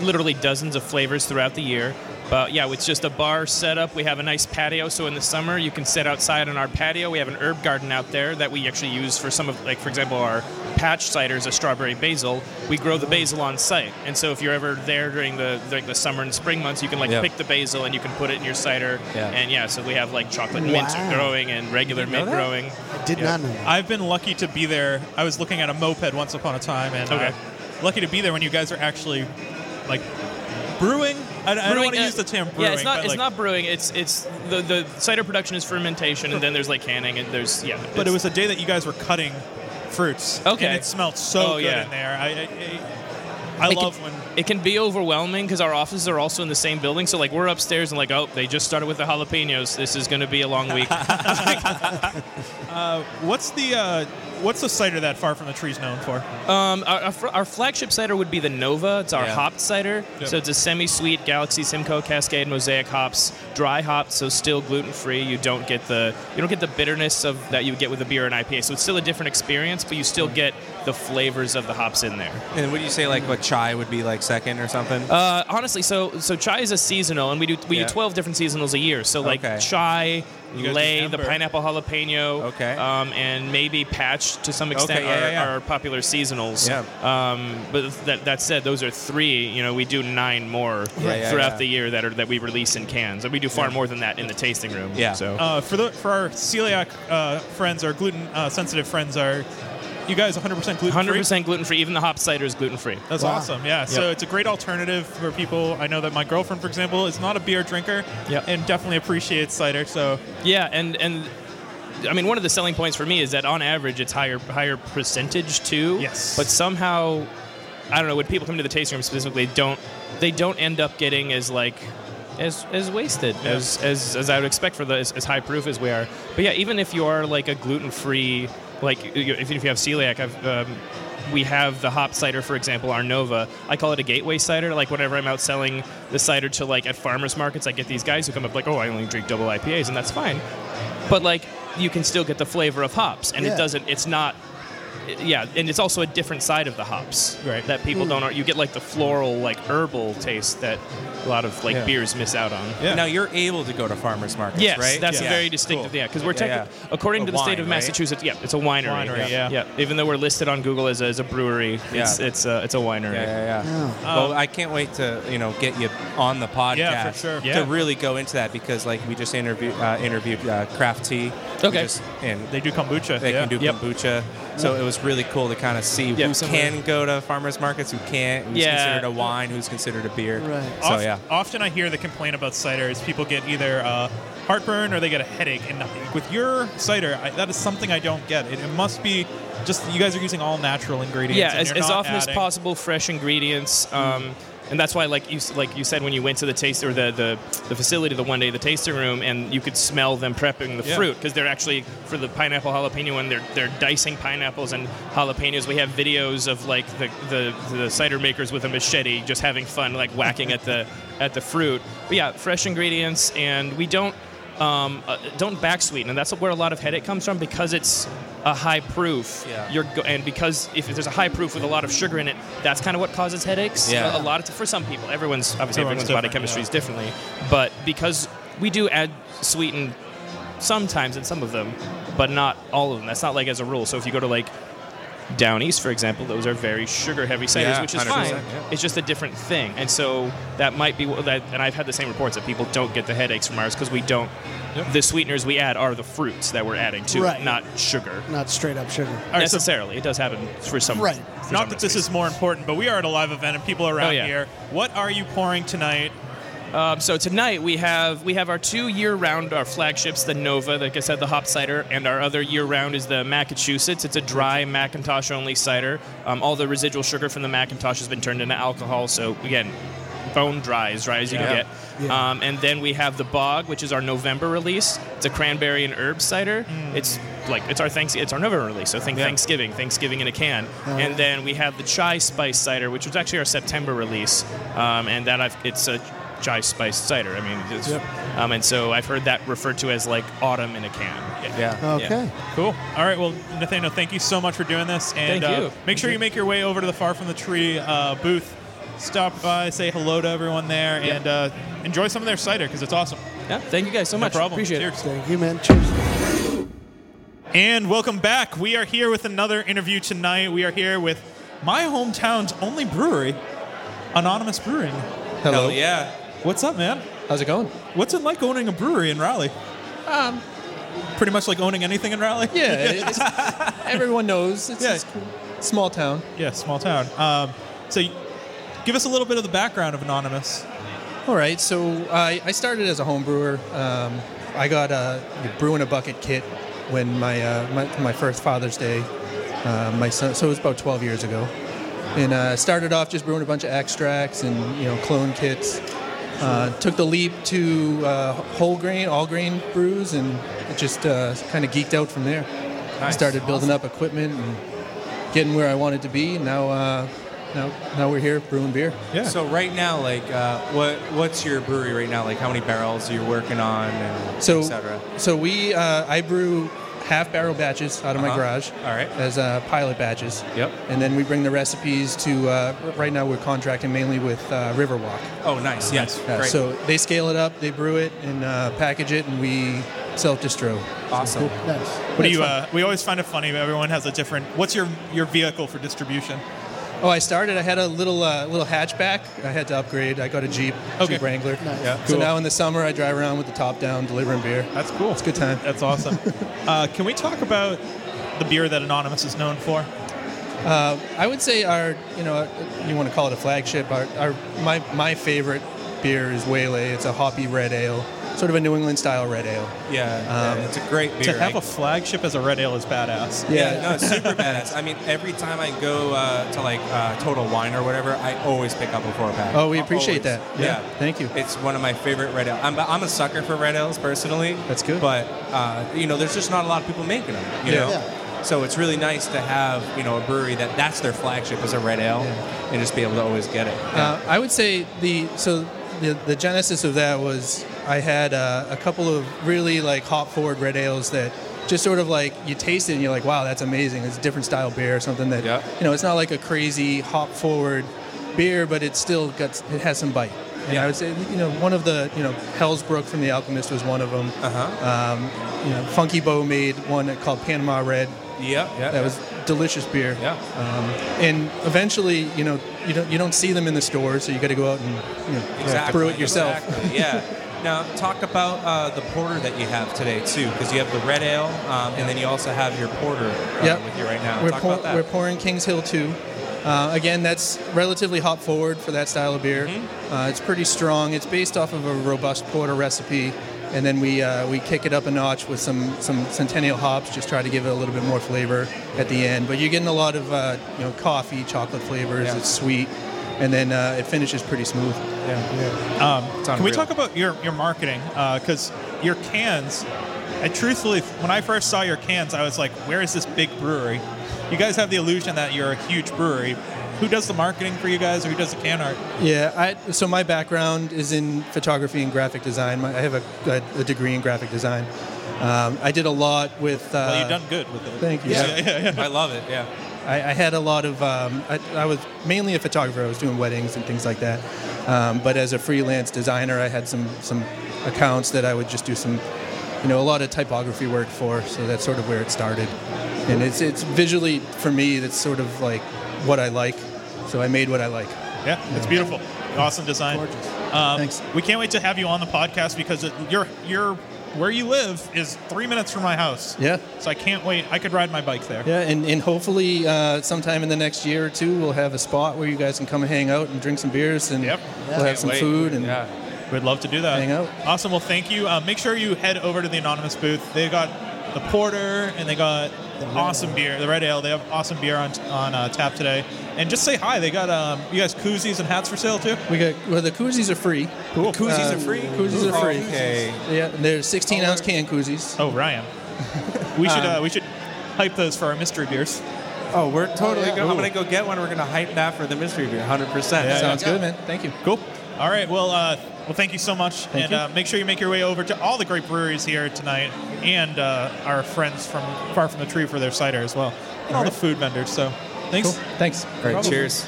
[SPEAKER 12] literally dozens of flavors throughout the year. But yeah, it's just a bar setup. We have a nice patio, so in the summer you can sit outside on our patio. We have an herb garden out there that we actually use for some of, like for example, our patch ciders, a strawberry basil. We grow the basil on site, and so if you're ever there during the during the summer and spring months, you can like
[SPEAKER 10] Yeah.
[SPEAKER 12] pick the basil and you can put it in your cider.
[SPEAKER 10] Yeah.
[SPEAKER 12] And yeah, so we have like chocolate mint
[SPEAKER 5] Wow.
[SPEAKER 12] growing growing and regular mint
[SPEAKER 10] that?
[SPEAKER 12] growing.
[SPEAKER 5] Did
[SPEAKER 12] Yeah.
[SPEAKER 5] not know. that.
[SPEAKER 4] I've been lucky to be there. I was looking at a moped once upon a time, and uh,
[SPEAKER 12] Okay.
[SPEAKER 4] lucky to be there when you guys are actually like brewing. I, I don't want to
[SPEAKER 12] uh,
[SPEAKER 4] use the term brewing.
[SPEAKER 12] Yeah, it's not
[SPEAKER 4] but,
[SPEAKER 12] it's
[SPEAKER 4] like-
[SPEAKER 12] not brewing. It's it's the the cider production is fermentation and then there's like canning and there's yeah.
[SPEAKER 4] But it
[SPEAKER 12] it's-
[SPEAKER 4] was a day that you guys were cutting fruits.
[SPEAKER 12] Okay.
[SPEAKER 4] And it smelled so
[SPEAKER 12] Oh,
[SPEAKER 4] good
[SPEAKER 12] yeah.
[SPEAKER 4] in there. I I, I, I
[SPEAKER 12] it can-
[SPEAKER 4] love when
[SPEAKER 12] it can be overwhelming because our offices are also in the same building. So like we're upstairs and like oh they just started with the jalapenos. This is going to be a long week.
[SPEAKER 4] what's the uh, what's the cider that Far From the Tree's known for?
[SPEAKER 12] Um, our, our, fr- our flagship cider would be the Nova. It's our
[SPEAKER 10] Yeah.
[SPEAKER 12] hopped cider.
[SPEAKER 4] Yep.
[SPEAKER 12] So it's a semi-sweet Galaxy, Simcoe, Cascade, Mosaic hops, dry hopped, so still gluten-free. You don't get the you don't get the bitterness of that you would get with a beer and IPA. So it's still a different experience, but you still get the flavors of the hops in there.
[SPEAKER 10] and would you say like what chai would be like second or something?
[SPEAKER 12] Uh, honestly, so so chai is a seasonal, and we do we
[SPEAKER 10] Yeah.
[SPEAKER 12] do twelve different seasonals a year. So like
[SPEAKER 10] Okay.
[SPEAKER 12] chai,
[SPEAKER 4] You guys do
[SPEAKER 12] lay, the
[SPEAKER 4] amber.
[SPEAKER 12] pineapple jalapeno,
[SPEAKER 10] Okay.
[SPEAKER 12] um, and maybe patch to some extent
[SPEAKER 10] Okay, yeah,
[SPEAKER 12] are,
[SPEAKER 10] yeah, yeah.
[SPEAKER 12] are popular seasonals.
[SPEAKER 10] Yeah.
[SPEAKER 12] Um, but that that said, those are three. You know, we do nine more
[SPEAKER 10] Yeah, yeah,
[SPEAKER 12] throughout
[SPEAKER 10] yeah.
[SPEAKER 12] the year that are that we release in cans, and we do far more than that in the tasting room.
[SPEAKER 10] Yeah.
[SPEAKER 12] So.
[SPEAKER 4] Uh, for the for our celiac uh, friends, our gluten uh, sensitive friends, are you guys 100% gluten
[SPEAKER 12] 100% gluten free. Even the hop cider is gluten free.
[SPEAKER 4] That's
[SPEAKER 5] Wow.
[SPEAKER 4] awesome. Yeah. So it's a great alternative for people. I know that my girlfriend, for example, is not a beer drinker
[SPEAKER 12] Yep.
[SPEAKER 4] and definitely appreciates cider. So
[SPEAKER 12] Yeah, and and I mean one of the selling points for me is that on average it's higher higher percentage too.
[SPEAKER 4] Yes.
[SPEAKER 12] But somehow I don't know, when people come to the tasting room specifically, don't they don't end up getting as like as as wasted as, as as I would expect for the as, as high proof as we are. But yeah, even if you are like a gluten free, like you- if, if you have celiac, I've. Um, we have the hop cider, for example, our Nova. I call it a gateway cider. Like whenever I'm out selling the cider to like at farmers markets, I get these guys who come up like, "Oh, I only drink double IPAs," and that's fine. But like, you can still get the flavor of hops, and
[SPEAKER 5] Yeah.
[SPEAKER 12] it doesn't. It's not yeah, and it's also a different side of the hops right. that people don't. You get like the floral, like herbal taste that a lot of like
[SPEAKER 3] Yeah.
[SPEAKER 12] beers miss out on.
[SPEAKER 3] Now you're able to go to farmers markets,
[SPEAKER 12] Yes,
[SPEAKER 3] right?
[SPEAKER 12] that's
[SPEAKER 3] Yeah.
[SPEAKER 12] a very distinctive.
[SPEAKER 3] Cool.
[SPEAKER 12] Yeah, because we're
[SPEAKER 3] Yeah, yeah.
[SPEAKER 12] technically, according
[SPEAKER 3] A
[SPEAKER 12] to the
[SPEAKER 3] wine,
[SPEAKER 12] state of
[SPEAKER 3] right?
[SPEAKER 12] Massachusetts, yeah, it's a winery.
[SPEAKER 3] Winery, yeah.
[SPEAKER 12] Even though we're listed on Google as a, as a brewery, it's
[SPEAKER 3] Yeah.
[SPEAKER 12] it's a, it's a winery.
[SPEAKER 3] Yeah, yeah, yeah.
[SPEAKER 12] Um,
[SPEAKER 3] well, I can't wait to you know get you on the podcast.
[SPEAKER 12] Yeah, for sure.
[SPEAKER 3] To
[SPEAKER 12] Yeah.
[SPEAKER 3] really go into that because like we just interviewed uh, interviewed uh, Craft Tea. We
[SPEAKER 12] Okay.
[SPEAKER 3] just- and
[SPEAKER 13] They do kombucha.
[SPEAKER 3] they
[SPEAKER 13] yeah.
[SPEAKER 3] can do
[SPEAKER 12] Yep.
[SPEAKER 3] kombucha. So it was really cool to kind of see
[SPEAKER 12] Yeah,
[SPEAKER 3] who
[SPEAKER 12] similar.
[SPEAKER 3] can go to farmers markets, who can't, who's
[SPEAKER 12] Yeah.
[SPEAKER 3] considered a wine, who's considered a beer.
[SPEAKER 5] Right.
[SPEAKER 3] So
[SPEAKER 4] Oft-
[SPEAKER 3] yeah.
[SPEAKER 4] Often I hear the complaint about cider is people get either uh, heartburn or they get a headache and nothing. With your cider, I, that is something I don't get. It, it must be just you guys are using all natural ingredients.
[SPEAKER 12] yeah,
[SPEAKER 4] and
[SPEAKER 12] as,
[SPEAKER 4] you're
[SPEAKER 12] as
[SPEAKER 4] not
[SPEAKER 12] often as
[SPEAKER 4] adding-
[SPEAKER 12] possible, fresh ingredients. Um, and that's why, like you s- like you said, when you went to the taste or the, the, the facility the one day, the tasting room, and you could smell them prepping the
[SPEAKER 4] Yeah.
[SPEAKER 12] fruit because they're actually for the pineapple jalapeno one, they're they're dicing pineapples and jalapenos. We have videos of like the, the, the cider makers with a machete just having fun, like whacking at the at the fruit. But yeah, fresh ingredients, and we don't um, uh, don't back sweeten, and that's where a lot of headache comes from because it's a high proof.
[SPEAKER 3] Yeah.
[SPEAKER 12] You're go- and because if there's a high proof with a lot of sugar in it, that's kind of what causes headaches.
[SPEAKER 3] Yeah.
[SPEAKER 12] A, a lot of for some people, everyone's obviously
[SPEAKER 4] Everyone's
[SPEAKER 12] everyone's body
[SPEAKER 4] different,
[SPEAKER 12] chemistry
[SPEAKER 4] yeah.
[SPEAKER 12] is differently, but because we do add sweetened sometimes in some of them, but not all of them. That's not like as a rule. So if you go to like down east, for example, those are very sugar-heavy ciders,
[SPEAKER 3] Yeah,
[SPEAKER 12] which is
[SPEAKER 3] 100%,
[SPEAKER 12] fine.
[SPEAKER 3] yeah.
[SPEAKER 12] It's just a different thing, and so that might be what- that. And I've had the same reports that people don't get the headaches from ours because we don't. The sweeteners we add are the fruits that we're adding to, it,
[SPEAKER 5] Right.
[SPEAKER 12] not sugar
[SPEAKER 5] Not straight up sugar.
[SPEAKER 12] necessarily. it does happen for some.
[SPEAKER 5] Right.
[SPEAKER 12] for some
[SPEAKER 4] Not that this is
[SPEAKER 12] recipes.
[SPEAKER 4] more important, but we are at a live event and people are around
[SPEAKER 12] Oh, yeah.
[SPEAKER 4] here. What are you pouring tonight?
[SPEAKER 12] Um, so tonight we have we have our two year-round our flagships, the Nova, like I said, the hop cider, and our other year-round is the Massachusetts. It's a dry Macintosh-only cider. Um, all the residual sugar from the Macintosh has been turned into alcohol. So again, bone dry, as dry as you
[SPEAKER 3] Yeah.
[SPEAKER 12] can get. Um, and then we have the Bog, which is our November release. It's a cranberry and herb cider. It's like it's our thanks it's our November release. So think Thanksgiving, Thanksgiving in a can. And then we have the chai spice cider, which was actually our September release. Um, and that I've it's a chai spice cider. I mean, it's, um, and so I've heard that referred to as like autumn in a can. Yeah.
[SPEAKER 3] Yeah.
[SPEAKER 5] Okay.
[SPEAKER 4] Cool. All right. Well, Nathaniel, thank you so much for doing this. And
[SPEAKER 12] Thank
[SPEAKER 4] uh,
[SPEAKER 12] you.
[SPEAKER 4] make sure you make your way over to the Far From the Tree uh, booth. Stop by, say hello to everyone there, and uh, enjoy some of their cider because it's awesome.
[SPEAKER 12] Yeah, Thank you guys so
[SPEAKER 4] No
[SPEAKER 12] much.
[SPEAKER 4] problem.
[SPEAKER 12] Appreciate
[SPEAKER 4] Cheers.
[SPEAKER 5] Thank you, man. Cheers.
[SPEAKER 4] And welcome back. We are here with another interview tonight. We are here with my hometown's only brewery, Anonymous Brewing.
[SPEAKER 3] Hello. yeah.
[SPEAKER 4] What's up, man?
[SPEAKER 14] How's it going?
[SPEAKER 4] What's it like owning a brewery in Raleigh? Um, pretty much like owning anything in Raleigh.
[SPEAKER 14] Yeah, it's, everyone knows it's
[SPEAKER 4] Yeah.
[SPEAKER 14] a s- small town.
[SPEAKER 4] yeah, small town. Um, so, y- give us a little bit of the background of Anonymous.
[SPEAKER 14] All right, so I, I started as a home brewer. Um, I got a brew in a bucket kit when my uh, my, my first Father's Day. Uh, my son, so it was about 12 years ago, and uh, started off just brewing a bunch of extracts and you know clone kits. Uh, took the leap to uh, whole grain, all grain brews, and it just uh, kind of geeked out from there. Started building up equipment and getting where I wanted to be. And now, uh, now, now we're here brewing beer.
[SPEAKER 4] Yeah.
[SPEAKER 3] So right now, like, uh, what what's your brewery right now? Like, how many barrels are you working on, and
[SPEAKER 14] So,
[SPEAKER 3] et cetera?
[SPEAKER 14] so we, uh, I brew half barrel batches out of my
[SPEAKER 3] Uh-huh.
[SPEAKER 14] garage.
[SPEAKER 3] All right.
[SPEAKER 14] As uh, pilot batches.
[SPEAKER 3] Yep.
[SPEAKER 14] And then we bring the recipes to. Uh, right now, we're contracting mainly with uh, Riverwalk.
[SPEAKER 3] Oh, nice. Yes.
[SPEAKER 14] Uh,
[SPEAKER 3] Great.
[SPEAKER 14] So they scale it up, they brew it, and uh, package it, and we self-distro.
[SPEAKER 3] awesome.
[SPEAKER 5] Nice.
[SPEAKER 4] What do you? Uh, we always find it funny. but Everyone has a different. What's your your vehicle for distribution?
[SPEAKER 14] Oh, I started. I had a little uh, little hatchback. I had to upgrade. I got a Jeep,
[SPEAKER 4] Okay.
[SPEAKER 14] Jeep Wrangler.
[SPEAKER 5] Nice.
[SPEAKER 3] Yeah.
[SPEAKER 14] So now in the summer, I drive around with the top down, delivering beer.
[SPEAKER 4] That's cool.
[SPEAKER 14] It's a good time.
[SPEAKER 4] That's awesome. uh, can we talk about the beer that Anonymous is known for?
[SPEAKER 14] Uh, I would say our, you know, you want to call it a flagship. Our, our my my favorite beer is Waylay. It's a hoppy red ale. sort of a New England style red ale.
[SPEAKER 3] Yeah, it's a great
[SPEAKER 4] To
[SPEAKER 3] beer.
[SPEAKER 4] have
[SPEAKER 3] I-
[SPEAKER 4] a flagship as a red ale is badass.
[SPEAKER 3] Yeah, no, it's super badass. I mean, every time I go uh, to like uh, Total Wine or whatever, I always pick up a four pack.
[SPEAKER 14] Oh, we appreciate that. Yeah,
[SPEAKER 3] thank you. It's one of my favorite red ale. I'm, I'm a sucker for red ales personally. That's good. But uh, you know, there's just not a lot of people making them. You
[SPEAKER 14] Yeah.
[SPEAKER 3] know.
[SPEAKER 14] Yeah.
[SPEAKER 3] So it's really nice to have you know a brewery that that's their flagship is a red ale, and just be able to always get it.
[SPEAKER 14] Uh, I would say the so the, the genesis of that was I had uh, a couple of really like hop forward red ales that just sort of like you taste it and you're like wow that's amazing it's a different style beer or something that you know it's not like a crazy hop forward beer but it's still got it has some bite and I would say you know one of the you know Hell's Brook from The Alchemist was one of them uh-huh. um, you know Funky Bow made one called Panama Red
[SPEAKER 3] Yep. Yeah.
[SPEAKER 14] that was delicious beer. Yeah. Um, and eventually, you know, you don't you don't see them in the store, so you got to go out and you know, brew it yourself.
[SPEAKER 3] Exactly. Yeah. Now talk about uh, the porter that you have today too, because you have the red ale, um, and then you also have your porter uh,
[SPEAKER 14] Yep.
[SPEAKER 3] with you right now.
[SPEAKER 14] We're,
[SPEAKER 3] talk
[SPEAKER 14] pour-
[SPEAKER 3] about that.
[SPEAKER 14] we're pouring Kings Hill 2. Uh, again, that's relatively hop forward for that style of beer. Uh, it's pretty strong. It's based off of a robust porter recipe, and then we uh, we kick it up a notch with some some centennial hops, just try to give it a little bit more flavor at the end. But you're getting a lot of uh, you know coffee, chocolate flavors.
[SPEAKER 4] Yeah.
[SPEAKER 14] It's sweet, and then uh, it finishes pretty smooth.
[SPEAKER 4] Yeah.
[SPEAKER 14] yeah.
[SPEAKER 4] Um, can we talk about your your marketing? Because your cans, I truthfully, when I first saw your cans, I was like, "Where is this big brewery?" You guys have the illusion that you're a huge brewery. Who does the marketing for you guys, or who does the can art?
[SPEAKER 14] Yeah, I, so my background is in photography and graphic design. My, I have a, a, a degree in graphic design. Um, I did a lot with. Uh,
[SPEAKER 4] well, you've done good with it.
[SPEAKER 14] Thank you.
[SPEAKER 3] I love it. Yeah.
[SPEAKER 14] I, I had a lot of. Um, I, I was mainly a photographer. I was doing weddings and things like that. Um, but as a freelance designer, I had some some accounts that I would just do some, you know, a lot of typography work for. So that's sort of where it started. And it's it's visually for me that's sort of like what I like. So I made what I like.
[SPEAKER 4] Yeah, it's beautiful. Awesome design. Um, We can't wait to have you on the podcast because it, your your where you live is three minutes from my house.
[SPEAKER 14] Yeah.
[SPEAKER 4] So I can't wait. I could ride my bike there.
[SPEAKER 14] Yeah, and, and hopefully uh, sometime in the next year or two, we'll have a spot where you guys can come and hang out and drink some beers and we'll have
[SPEAKER 4] Can't
[SPEAKER 14] some
[SPEAKER 4] wait.
[SPEAKER 14] food. And
[SPEAKER 4] We'd love to do that.
[SPEAKER 14] Hang out.
[SPEAKER 4] Awesome. Well, thank you. Uh, make sure you head over to the anonymous booth. They got the porter and they got the awesome beer, the red ale. They have awesome beer on on uh, tap today. And just say hi. They got um, you guys koozies and hats for sale too.
[SPEAKER 14] We got well, the koozies are free.
[SPEAKER 4] Cool.
[SPEAKER 14] Uh, Koozies are free. Yeah, and they're 16 ounce can koozies. Um,
[SPEAKER 4] Oh, Ryan. We should uh, we should hype those for our mystery beers.
[SPEAKER 3] Oh, we're totally
[SPEAKER 4] yeah.
[SPEAKER 3] going. I'm
[SPEAKER 4] Ooh.
[SPEAKER 3] gonna go get one. We're gonna hype that for the mystery beer. 100. percent
[SPEAKER 14] Sounds good, man. Thank you.
[SPEAKER 4] Cool. All right. Well, uh, well, thank you so much,
[SPEAKER 14] Thank
[SPEAKER 4] and
[SPEAKER 14] you.
[SPEAKER 4] Uh, make sure you make your way over to all the great breweries here tonight, and uh, our friends from Far From the Tree for their cider as well, and all, the food vendors. So, thanks.
[SPEAKER 14] Thanks.
[SPEAKER 3] All right, cheers.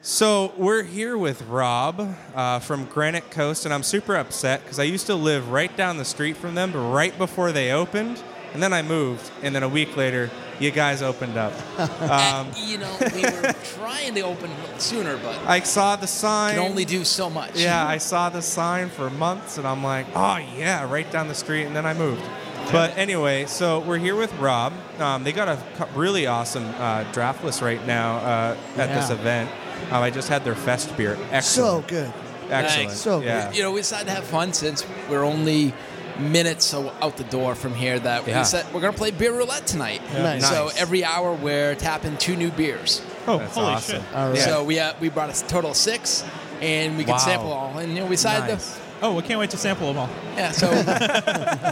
[SPEAKER 3] So we're here with Rob uh, from Granite Coast, and I'm super upset because I used to live right down the street from them, but right before they opened, and then I moved, and then a week later, you guys opened up. Um,
[SPEAKER 15] you know, we were trying to open sooner, but
[SPEAKER 3] I saw the sign.
[SPEAKER 15] can only do so much.
[SPEAKER 3] Yeah, I saw the sign for months, and I'm like, oh yeah, right down the street, and then I moved. But anyway, so we're here with Rob. Um, they got a co- really awesome uh, draft list right now uh, at this
[SPEAKER 15] Yeah.
[SPEAKER 3] event. Um, I just had their fest beer. Excellent.
[SPEAKER 15] So good.
[SPEAKER 3] Excellent. yeah.
[SPEAKER 15] You know, we decided to have fun since we're only minutes so out the door from here that
[SPEAKER 3] Yeah.
[SPEAKER 15] we said we're going to play beer roulette tonight.
[SPEAKER 3] Yeah. Nice.
[SPEAKER 15] So
[SPEAKER 3] Nice.
[SPEAKER 15] every hour we're tapping two new beers.
[SPEAKER 3] Oh, That's holy awesome. shit. All right.
[SPEAKER 15] So we uh, we brought a total of six, and we could
[SPEAKER 4] Wow.
[SPEAKER 15] sample all. And you know, we decided
[SPEAKER 4] Nice.
[SPEAKER 15] to.
[SPEAKER 4] Oh, we can't wait to sample them all.
[SPEAKER 15] Yeah, so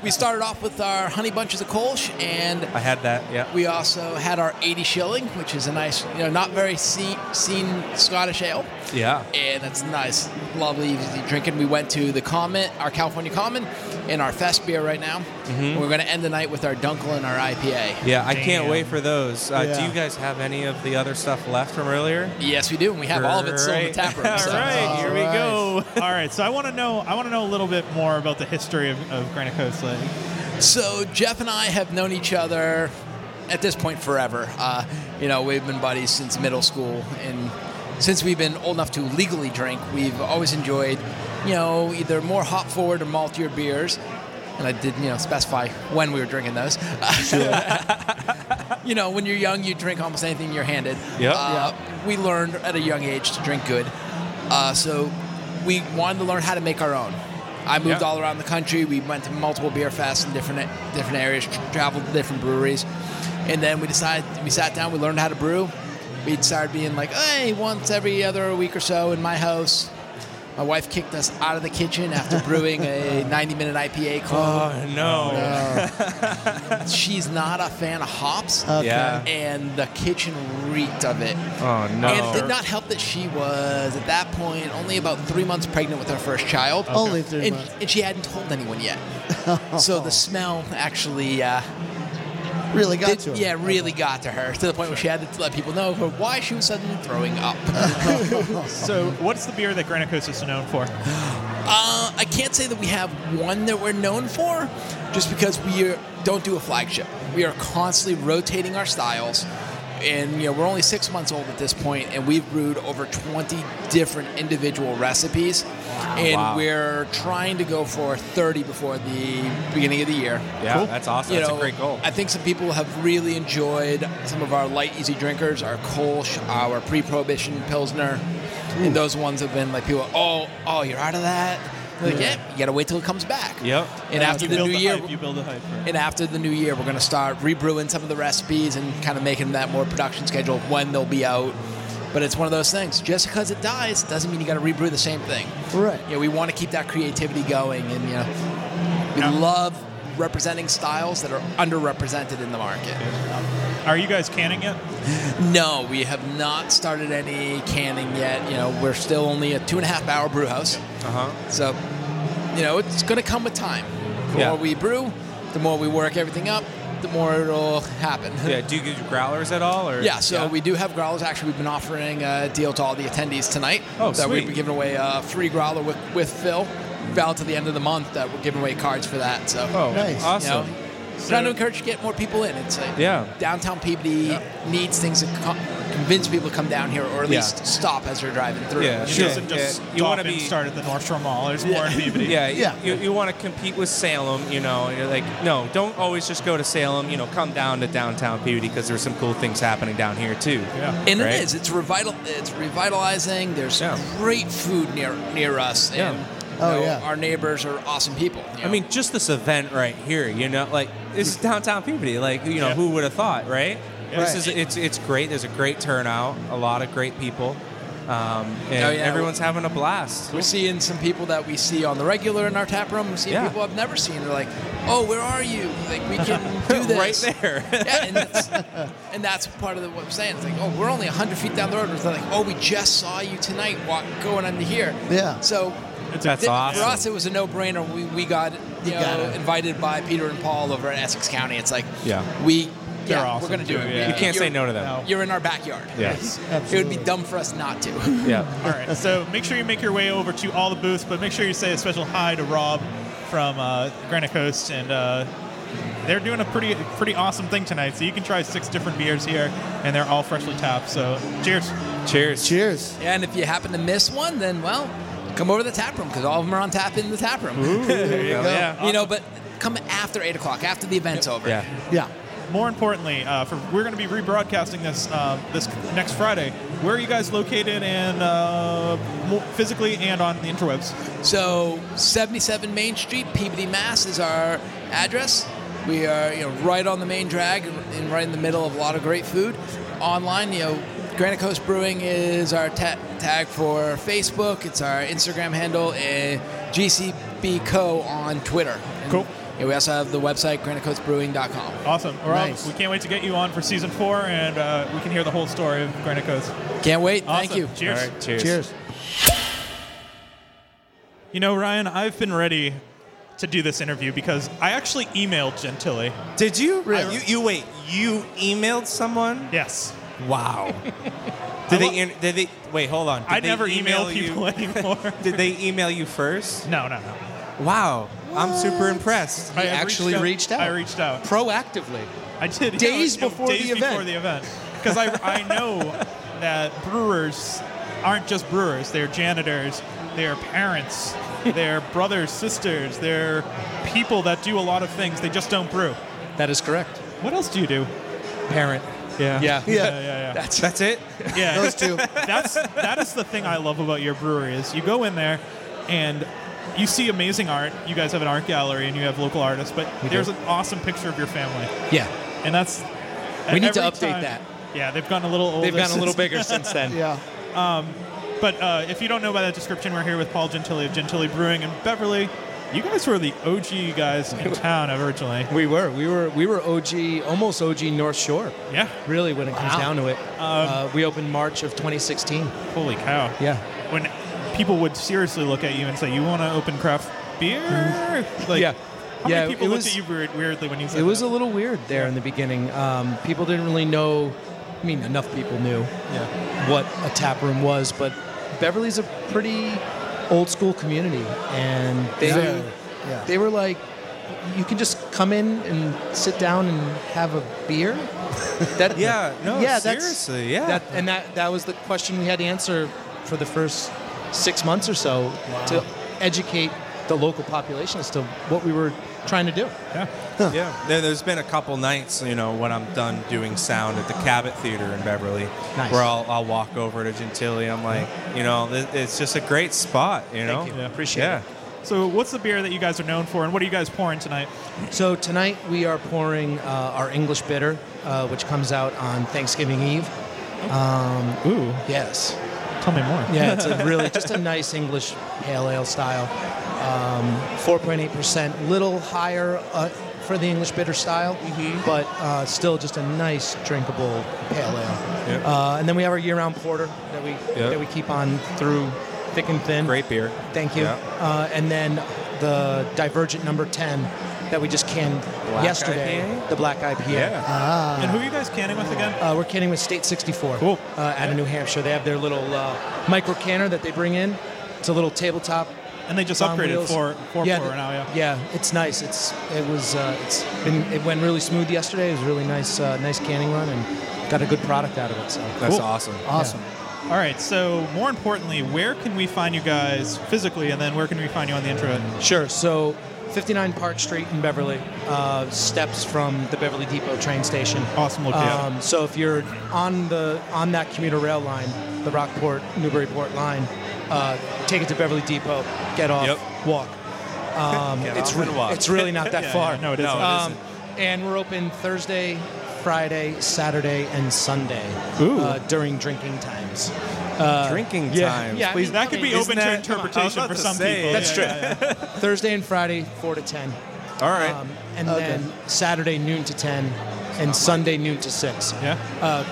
[SPEAKER 15] we started off with our honey bunches of Kolsch, and
[SPEAKER 3] I had that. Yeah.
[SPEAKER 15] we also had our 80 shilling, which is a nice, you know, not very see, seen Scottish ale.
[SPEAKER 3] Yeah.
[SPEAKER 15] And that's nice, lovely, easy drinking. We went to the Comet, our California Common, and our Fest beer right now.
[SPEAKER 3] Mhm.
[SPEAKER 15] We're going to end the night with our Dunkel and our IPA.
[SPEAKER 3] Yeah, I can't wait for those. Uh, Do
[SPEAKER 15] Yeah.
[SPEAKER 3] you guys have any of the other stuff left from earlier?
[SPEAKER 15] Yes, we do, and we have all of it still in the
[SPEAKER 3] Great.
[SPEAKER 15] tap room.
[SPEAKER 3] All right, here we go.
[SPEAKER 4] all right. So I want to know I want to know a little bit more about the history of, of Granite Coast. Like,
[SPEAKER 15] So Jeff and I have known each other at this point forever. Uh, you know, we've been buddies since middle school, and since we've been old enough to legally drink, we've always enjoyed, you know, either more hop forward or maltier beers. And I did, you know, specify when we were drinking those. you know, when you're young, you drink almost anything you're handed.
[SPEAKER 3] Yep.
[SPEAKER 15] Uh, We learned at a young age to drink good. Uh, so we wanted to learn how to make our own. I moved
[SPEAKER 16] Yeah.
[SPEAKER 15] all around the country. We went to multiple beer fests in different different areas, tr- traveled to different breweries, and then we decided we sat down. We learned how to brew. We started being like, hey, once every other week or so in my house. My wife kicked us out of the kitchen after brewing a 90-minute IPA. Club. uh,
[SPEAKER 3] Oh, no.
[SPEAKER 15] She's not a fan of hops.
[SPEAKER 3] Okay. Yeah.
[SPEAKER 15] And the kitchen reeked of it.
[SPEAKER 3] Oh, no.
[SPEAKER 15] And it did not help that she was, at that point, only about three months pregnant with her first child.
[SPEAKER 5] Okay. Only three
[SPEAKER 15] and,
[SPEAKER 5] months.
[SPEAKER 15] And she hadn't told anyone yet. so the smell actually. Uh,
[SPEAKER 5] Really got
[SPEAKER 15] did-
[SPEAKER 5] to her.
[SPEAKER 15] Yeah, really got to her to the point where she had to let people know why she was suddenly throwing up.
[SPEAKER 4] so, what's the beer that Granicos is known for?
[SPEAKER 15] Uh, I can't say that we have one that we're known for, just because we are, don't do a flagship. We are constantly rotating our styles, and you know we're only six months old at this point, and we've brewed over 20 different individual recipes, and
[SPEAKER 3] Wow.
[SPEAKER 15] we're trying to go for 30 before the beginning of the year.
[SPEAKER 3] Yeah, Cool. that's awesome. That's a great
[SPEAKER 15] goal. I think some people have really enjoyed some of our light, easy drinkers, our Kolsch, our pre-prohibition Pilsner. And those ones have been like people, oh, oh, you're out of that. Like,
[SPEAKER 4] Yeah.
[SPEAKER 15] yeah, you gotta wait till it comes back.
[SPEAKER 4] Yep.
[SPEAKER 15] And after
[SPEAKER 4] You
[SPEAKER 15] the
[SPEAKER 4] build
[SPEAKER 15] new year,
[SPEAKER 4] hype, you build the hype. for it.
[SPEAKER 15] and after the new year, we're gonna start rebrewing some of the recipes and kind of making that more production schedule of when they'll be out. But it's one of those things. Just because it dies doesn't mean you gotta rebrew the same thing.
[SPEAKER 5] Right.
[SPEAKER 15] You know, we want to keep that creativity going, and you know, we love representing styles that are underrepresented in the market.
[SPEAKER 4] Are you guys canning yet?
[SPEAKER 15] No, we have not started any canning yet. You know, we're still only a two and a half hour brew house.
[SPEAKER 4] Uh-huh.
[SPEAKER 15] Uh huh. So, you know, it's going to come with time. The
[SPEAKER 3] Yeah.
[SPEAKER 15] more we brew, the more we work everything up, the more it'll happen.
[SPEAKER 3] Yeah, do you get your growlers at all? Or
[SPEAKER 15] Yeah, so we do have growlers. Actually, we've been offering a deal to all the attendees tonight.
[SPEAKER 3] Oh,
[SPEAKER 15] that
[SPEAKER 3] sweet.
[SPEAKER 15] we've giving away a free growler with, with Phil. Valid to the end of the month that we're giving away cards for that. So
[SPEAKER 3] Oh, Nice. awesome.
[SPEAKER 15] You know, trying to encourage you to get more people in. It's like
[SPEAKER 3] Yeah.
[SPEAKER 15] downtown Peabody needs things to co- convince people to come down here, or at
[SPEAKER 3] Yeah.
[SPEAKER 15] least stop as they're driving through.
[SPEAKER 3] Yeah,
[SPEAKER 4] It doesn't just
[SPEAKER 3] You
[SPEAKER 4] stop
[SPEAKER 3] wanna
[SPEAKER 4] and
[SPEAKER 3] be-
[SPEAKER 4] start at the North Shore Mall. There's more in Peabody.
[SPEAKER 3] Yeah, yeah. You, you want to compete with Salem, you know. And you're like, no, don't always just go to Salem. You know, come down to downtown Peabody because there's some cool things happening down here too. Yeah,
[SPEAKER 15] And it is. It's revital. It's revitalizing. There's great food near near us.
[SPEAKER 3] Yeah.
[SPEAKER 15] And,
[SPEAKER 3] Oh,
[SPEAKER 15] you know,
[SPEAKER 3] yeah.
[SPEAKER 15] Our neighbors are awesome people. you
[SPEAKER 3] I mean, just this event right here, you know, like this is downtown Peabody. Like, you know,
[SPEAKER 15] Yeah.
[SPEAKER 3] who would have thought, right?
[SPEAKER 15] Yeah.
[SPEAKER 3] This
[SPEAKER 15] Right.
[SPEAKER 3] is it's it's great. There's a great turnout, a lot of great people, um, and
[SPEAKER 15] Oh, yeah.
[SPEAKER 3] everyone's having a blast.
[SPEAKER 15] We're seeing some people that we see on the regular in our tap room. We're seeing
[SPEAKER 3] Yeah.
[SPEAKER 15] people I've never seen. They're like, "Oh, where are you? Like, we can do
[SPEAKER 3] Right
[SPEAKER 15] this
[SPEAKER 3] there.
[SPEAKER 15] yeah, and that's, and that's part of the, what I'm saying. It's like, "Oh, we're only hundred feet down the road." It's like, "Oh, we just saw you tonight, walk, going under here."
[SPEAKER 5] Yeah.
[SPEAKER 15] So
[SPEAKER 5] It's-
[SPEAKER 3] That's
[SPEAKER 15] thi-
[SPEAKER 3] awesome.
[SPEAKER 15] For us, it was a no-brainer. We we got you
[SPEAKER 5] You
[SPEAKER 15] know,
[SPEAKER 5] gotta-
[SPEAKER 15] invited by Peter and Paul over at Essex County. It's like,
[SPEAKER 3] Yeah.
[SPEAKER 15] we.
[SPEAKER 3] They're
[SPEAKER 15] yeah,
[SPEAKER 3] awesome
[SPEAKER 15] we're gonna do
[SPEAKER 3] too,
[SPEAKER 15] it.
[SPEAKER 3] yeah. You can't say no to them. No.
[SPEAKER 15] You're in our backyard.
[SPEAKER 3] Yeah.
[SPEAKER 15] It would be dumb for us not to.
[SPEAKER 3] Yeah.
[SPEAKER 4] all right. So make sure you make your way over to all the booths, but make sure you say a special hi to Rob from uh, Granite Coast, and uh, they're doing a pretty pretty awesome thing tonight. So you can try six different beers here, and they're all freshly tapped. So cheers.
[SPEAKER 3] Cheers.
[SPEAKER 5] Cheers.
[SPEAKER 15] Yeah, and if you happen to miss one, then well, come over to the tap room because all of them are on tap in the tap room.
[SPEAKER 4] Ooh, there you go. Yeah.
[SPEAKER 15] You know, but come after eight o'clock, after the event's over.
[SPEAKER 4] Yeah.
[SPEAKER 5] Yeah.
[SPEAKER 4] More importantly, uh, for we're going to be rebroadcasting this um, this next Friday. Where are you guys located, and uh, mo- physically and on the interwebs?
[SPEAKER 15] So 77 Main Street, Peabody, Mass is our address. We are you know right on the main drag and- and right in the middle of a lot of great food. Online, you know, Granite Coast Brewing is our ta- tag for Facebook. It's our Instagram handle eh, and GCB Co on Twitter. cool. And we also have the website granitecoastbrewing.com.
[SPEAKER 4] Awesome, Rob. We can't wait to get you on for season four, and uh, we can hear the whole story of Granite Coast.
[SPEAKER 15] Can't wait.
[SPEAKER 4] Awesome.
[SPEAKER 15] Thank you.
[SPEAKER 4] Cheers. You know, Ryan, I've been ready to do this interview because I actually emailed Gentili.
[SPEAKER 3] Did you? Really? You, you wait. You emailed someone?
[SPEAKER 4] Yes.
[SPEAKER 3] Wow. did they? e-, in- Did they? Wait, hold on. Did
[SPEAKER 4] I
[SPEAKER 3] they
[SPEAKER 4] never email people anymore.
[SPEAKER 3] did they email you first?
[SPEAKER 4] No, no, no.
[SPEAKER 3] Wow. I'm super impressed.
[SPEAKER 4] I- I reached out. I reached out
[SPEAKER 3] proactively.
[SPEAKER 4] I did
[SPEAKER 3] Days
[SPEAKER 4] you know,
[SPEAKER 3] before
[SPEAKER 4] days
[SPEAKER 3] the event.
[SPEAKER 4] Before the event, because I I know that brewers aren't just brewers; they're janitors, they're parents, they're brothers, sisters, they're people that do a lot of things. They just don't brew.
[SPEAKER 3] That is correct.
[SPEAKER 4] What else do you do?
[SPEAKER 3] Parent.
[SPEAKER 4] Yeah.
[SPEAKER 3] Yeah.
[SPEAKER 4] Yeah. Yeah. yeah.
[SPEAKER 3] That's, that's it.
[SPEAKER 4] Yeah, those two. That's that is the thing I love about your brewery is you go in there and you see amazing art. You guys have an art gallery and you have local artists, but
[SPEAKER 17] We do.
[SPEAKER 4] there's an awesome picture of your family.
[SPEAKER 18] Yeah.
[SPEAKER 4] And that's.
[SPEAKER 18] We need to
[SPEAKER 4] every
[SPEAKER 18] update that.
[SPEAKER 4] Yeah, they've gotten a little older.
[SPEAKER 18] They've gotten a little
[SPEAKER 4] since-
[SPEAKER 18] bigger since then.
[SPEAKER 5] Yeah.
[SPEAKER 4] Um, but uh, if you don't know by that description, we're here with Paul Gentili of Gentili Brewing in Beverly. You guys were the OG guys in town originally.
[SPEAKER 19] We were, we were, we were OG, almost OG North Shore.
[SPEAKER 4] Yeah,
[SPEAKER 19] really, when it comes
[SPEAKER 4] Wow. Um,
[SPEAKER 19] down to it. uh, we opened March of 2016.
[SPEAKER 4] Holy cow!
[SPEAKER 19] Yeah,
[SPEAKER 4] when people would seriously look at you and say, "You want to open craft beer?" Like,
[SPEAKER 19] Mm-hmm. Yeah.
[SPEAKER 4] how
[SPEAKER 19] Yeah,
[SPEAKER 4] many people
[SPEAKER 19] it
[SPEAKER 4] looked
[SPEAKER 19] was-
[SPEAKER 4] at you weird, weirdly when you said
[SPEAKER 19] It was a little weird there in the beginning. Um, people didn't really know. I mean, enough people knew what a tap room was, but Beverly's a pretty old school community, and they
[SPEAKER 18] Very,
[SPEAKER 5] yeah.
[SPEAKER 19] they were like, you can just come in and sit down and have a beer. That
[SPEAKER 14] Yeah, no,
[SPEAKER 19] yeah, that's-
[SPEAKER 14] seriously, yeah.
[SPEAKER 19] that- and that that was the question we had to answer for the first six months or so to educate the local population as to what we were trying to do.
[SPEAKER 3] Yeah, there, there's been a couple nights, you know, when I'm done doing sound at the Cabot Theater in Beverly,
[SPEAKER 19] Nice.
[SPEAKER 3] where I'll, I'll walk over to Gentilly. I'm like, you know, th- it's just a great spot. You know,
[SPEAKER 4] you. Yeah.
[SPEAKER 3] appreciate yeah.
[SPEAKER 4] So, what's the beer that you guys are known for, and what are you guys pouring tonight?
[SPEAKER 19] So tonight we are pouring uh, our English bitter, uh, which comes out on Thanksgiving Eve. Um,
[SPEAKER 4] Ooh.
[SPEAKER 19] Yes.
[SPEAKER 4] oh. Tell me more.
[SPEAKER 19] Yeah, it's a really just a nice English pale ale style. Um, 4.8%, little higher uh, for the English bitter style,
[SPEAKER 3] Mm-hmm.
[SPEAKER 19] but uh, still just a nice drinkable pale ale.
[SPEAKER 3] Yep.
[SPEAKER 19] Uh, and then we have our year-round porter that we
[SPEAKER 3] Yep.
[SPEAKER 19] that we keep on through thick and thin.
[SPEAKER 3] Great beer.
[SPEAKER 19] Thank you.
[SPEAKER 3] Yeah.
[SPEAKER 19] Uh, and then the Divergent number 10 that we just canned
[SPEAKER 3] Black
[SPEAKER 19] yesterday.
[SPEAKER 3] IPA?
[SPEAKER 19] The Black IPA.
[SPEAKER 3] Yeah.
[SPEAKER 19] Ah.
[SPEAKER 4] And who are you guys canning with again?
[SPEAKER 19] Uh, we're canning with State 64 cool. uh, out of New Hampshire. They have their little uh, micro canner that they bring in. It's a little tabletop.
[SPEAKER 4] And they just
[SPEAKER 19] on
[SPEAKER 4] upgraded
[SPEAKER 19] wheels.
[SPEAKER 4] four- four
[SPEAKER 19] yeah,
[SPEAKER 4] pour
[SPEAKER 19] th-
[SPEAKER 4] now, yeah.
[SPEAKER 19] Yeah, it's nice. It's it was uh, it's been, it went really smooth yesterday. It was a really nice uh, nice canning run and got a good product out of it. So
[SPEAKER 4] Cool. All right. So, more importantly, where can we find you guys physically, and then where can we find you on the internet?
[SPEAKER 19] Sure. So, 59 Park Street in Beverly, uh, steps from the Beverly Depot train station.
[SPEAKER 4] Awesome location.
[SPEAKER 19] Um, so, if you're on the on that commuter rail line, the Rockport Newburyport line, uh, take it to Beverly Depot, get off, walk. Um,
[SPEAKER 3] Get
[SPEAKER 19] it's
[SPEAKER 3] off and
[SPEAKER 19] re-
[SPEAKER 3] walk.
[SPEAKER 19] it's really not that
[SPEAKER 3] Yeah,
[SPEAKER 19] far.
[SPEAKER 3] yeah, no, it isn't. No, it
[SPEAKER 19] Um,
[SPEAKER 3] isn't.
[SPEAKER 19] and we're open Thursday, Friday, Saturday, and Sunday Uh, during drinking times. Uh,
[SPEAKER 3] Drinking
[SPEAKER 19] yeah,
[SPEAKER 3] times.
[SPEAKER 19] Yeah, I
[SPEAKER 4] Please,
[SPEAKER 19] mean-
[SPEAKER 4] that could be
[SPEAKER 19] Isn't
[SPEAKER 4] open
[SPEAKER 19] that-
[SPEAKER 4] to interpretation
[SPEAKER 19] I was about
[SPEAKER 4] for
[SPEAKER 19] to
[SPEAKER 4] some
[SPEAKER 19] say,
[SPEAKER 4] people.
[SPEAKER 19] That's
[SPEAKER 4] Yeah,
[SPEAKER 19] true.
[SPEAKER 4] yeah, yeah.
[SPEAKER 19] Thursday and Friday, four to ten.
[SPEAKER 3] All right.
[SPEAKER 19] Um, and
[SPEAKER 3] Okay.
[SPEAKER 19] then Saturday noon to ten, and Sunday noon to six.
[SPEAKER 4] Yeah.
[SPEAKER 19] Uh,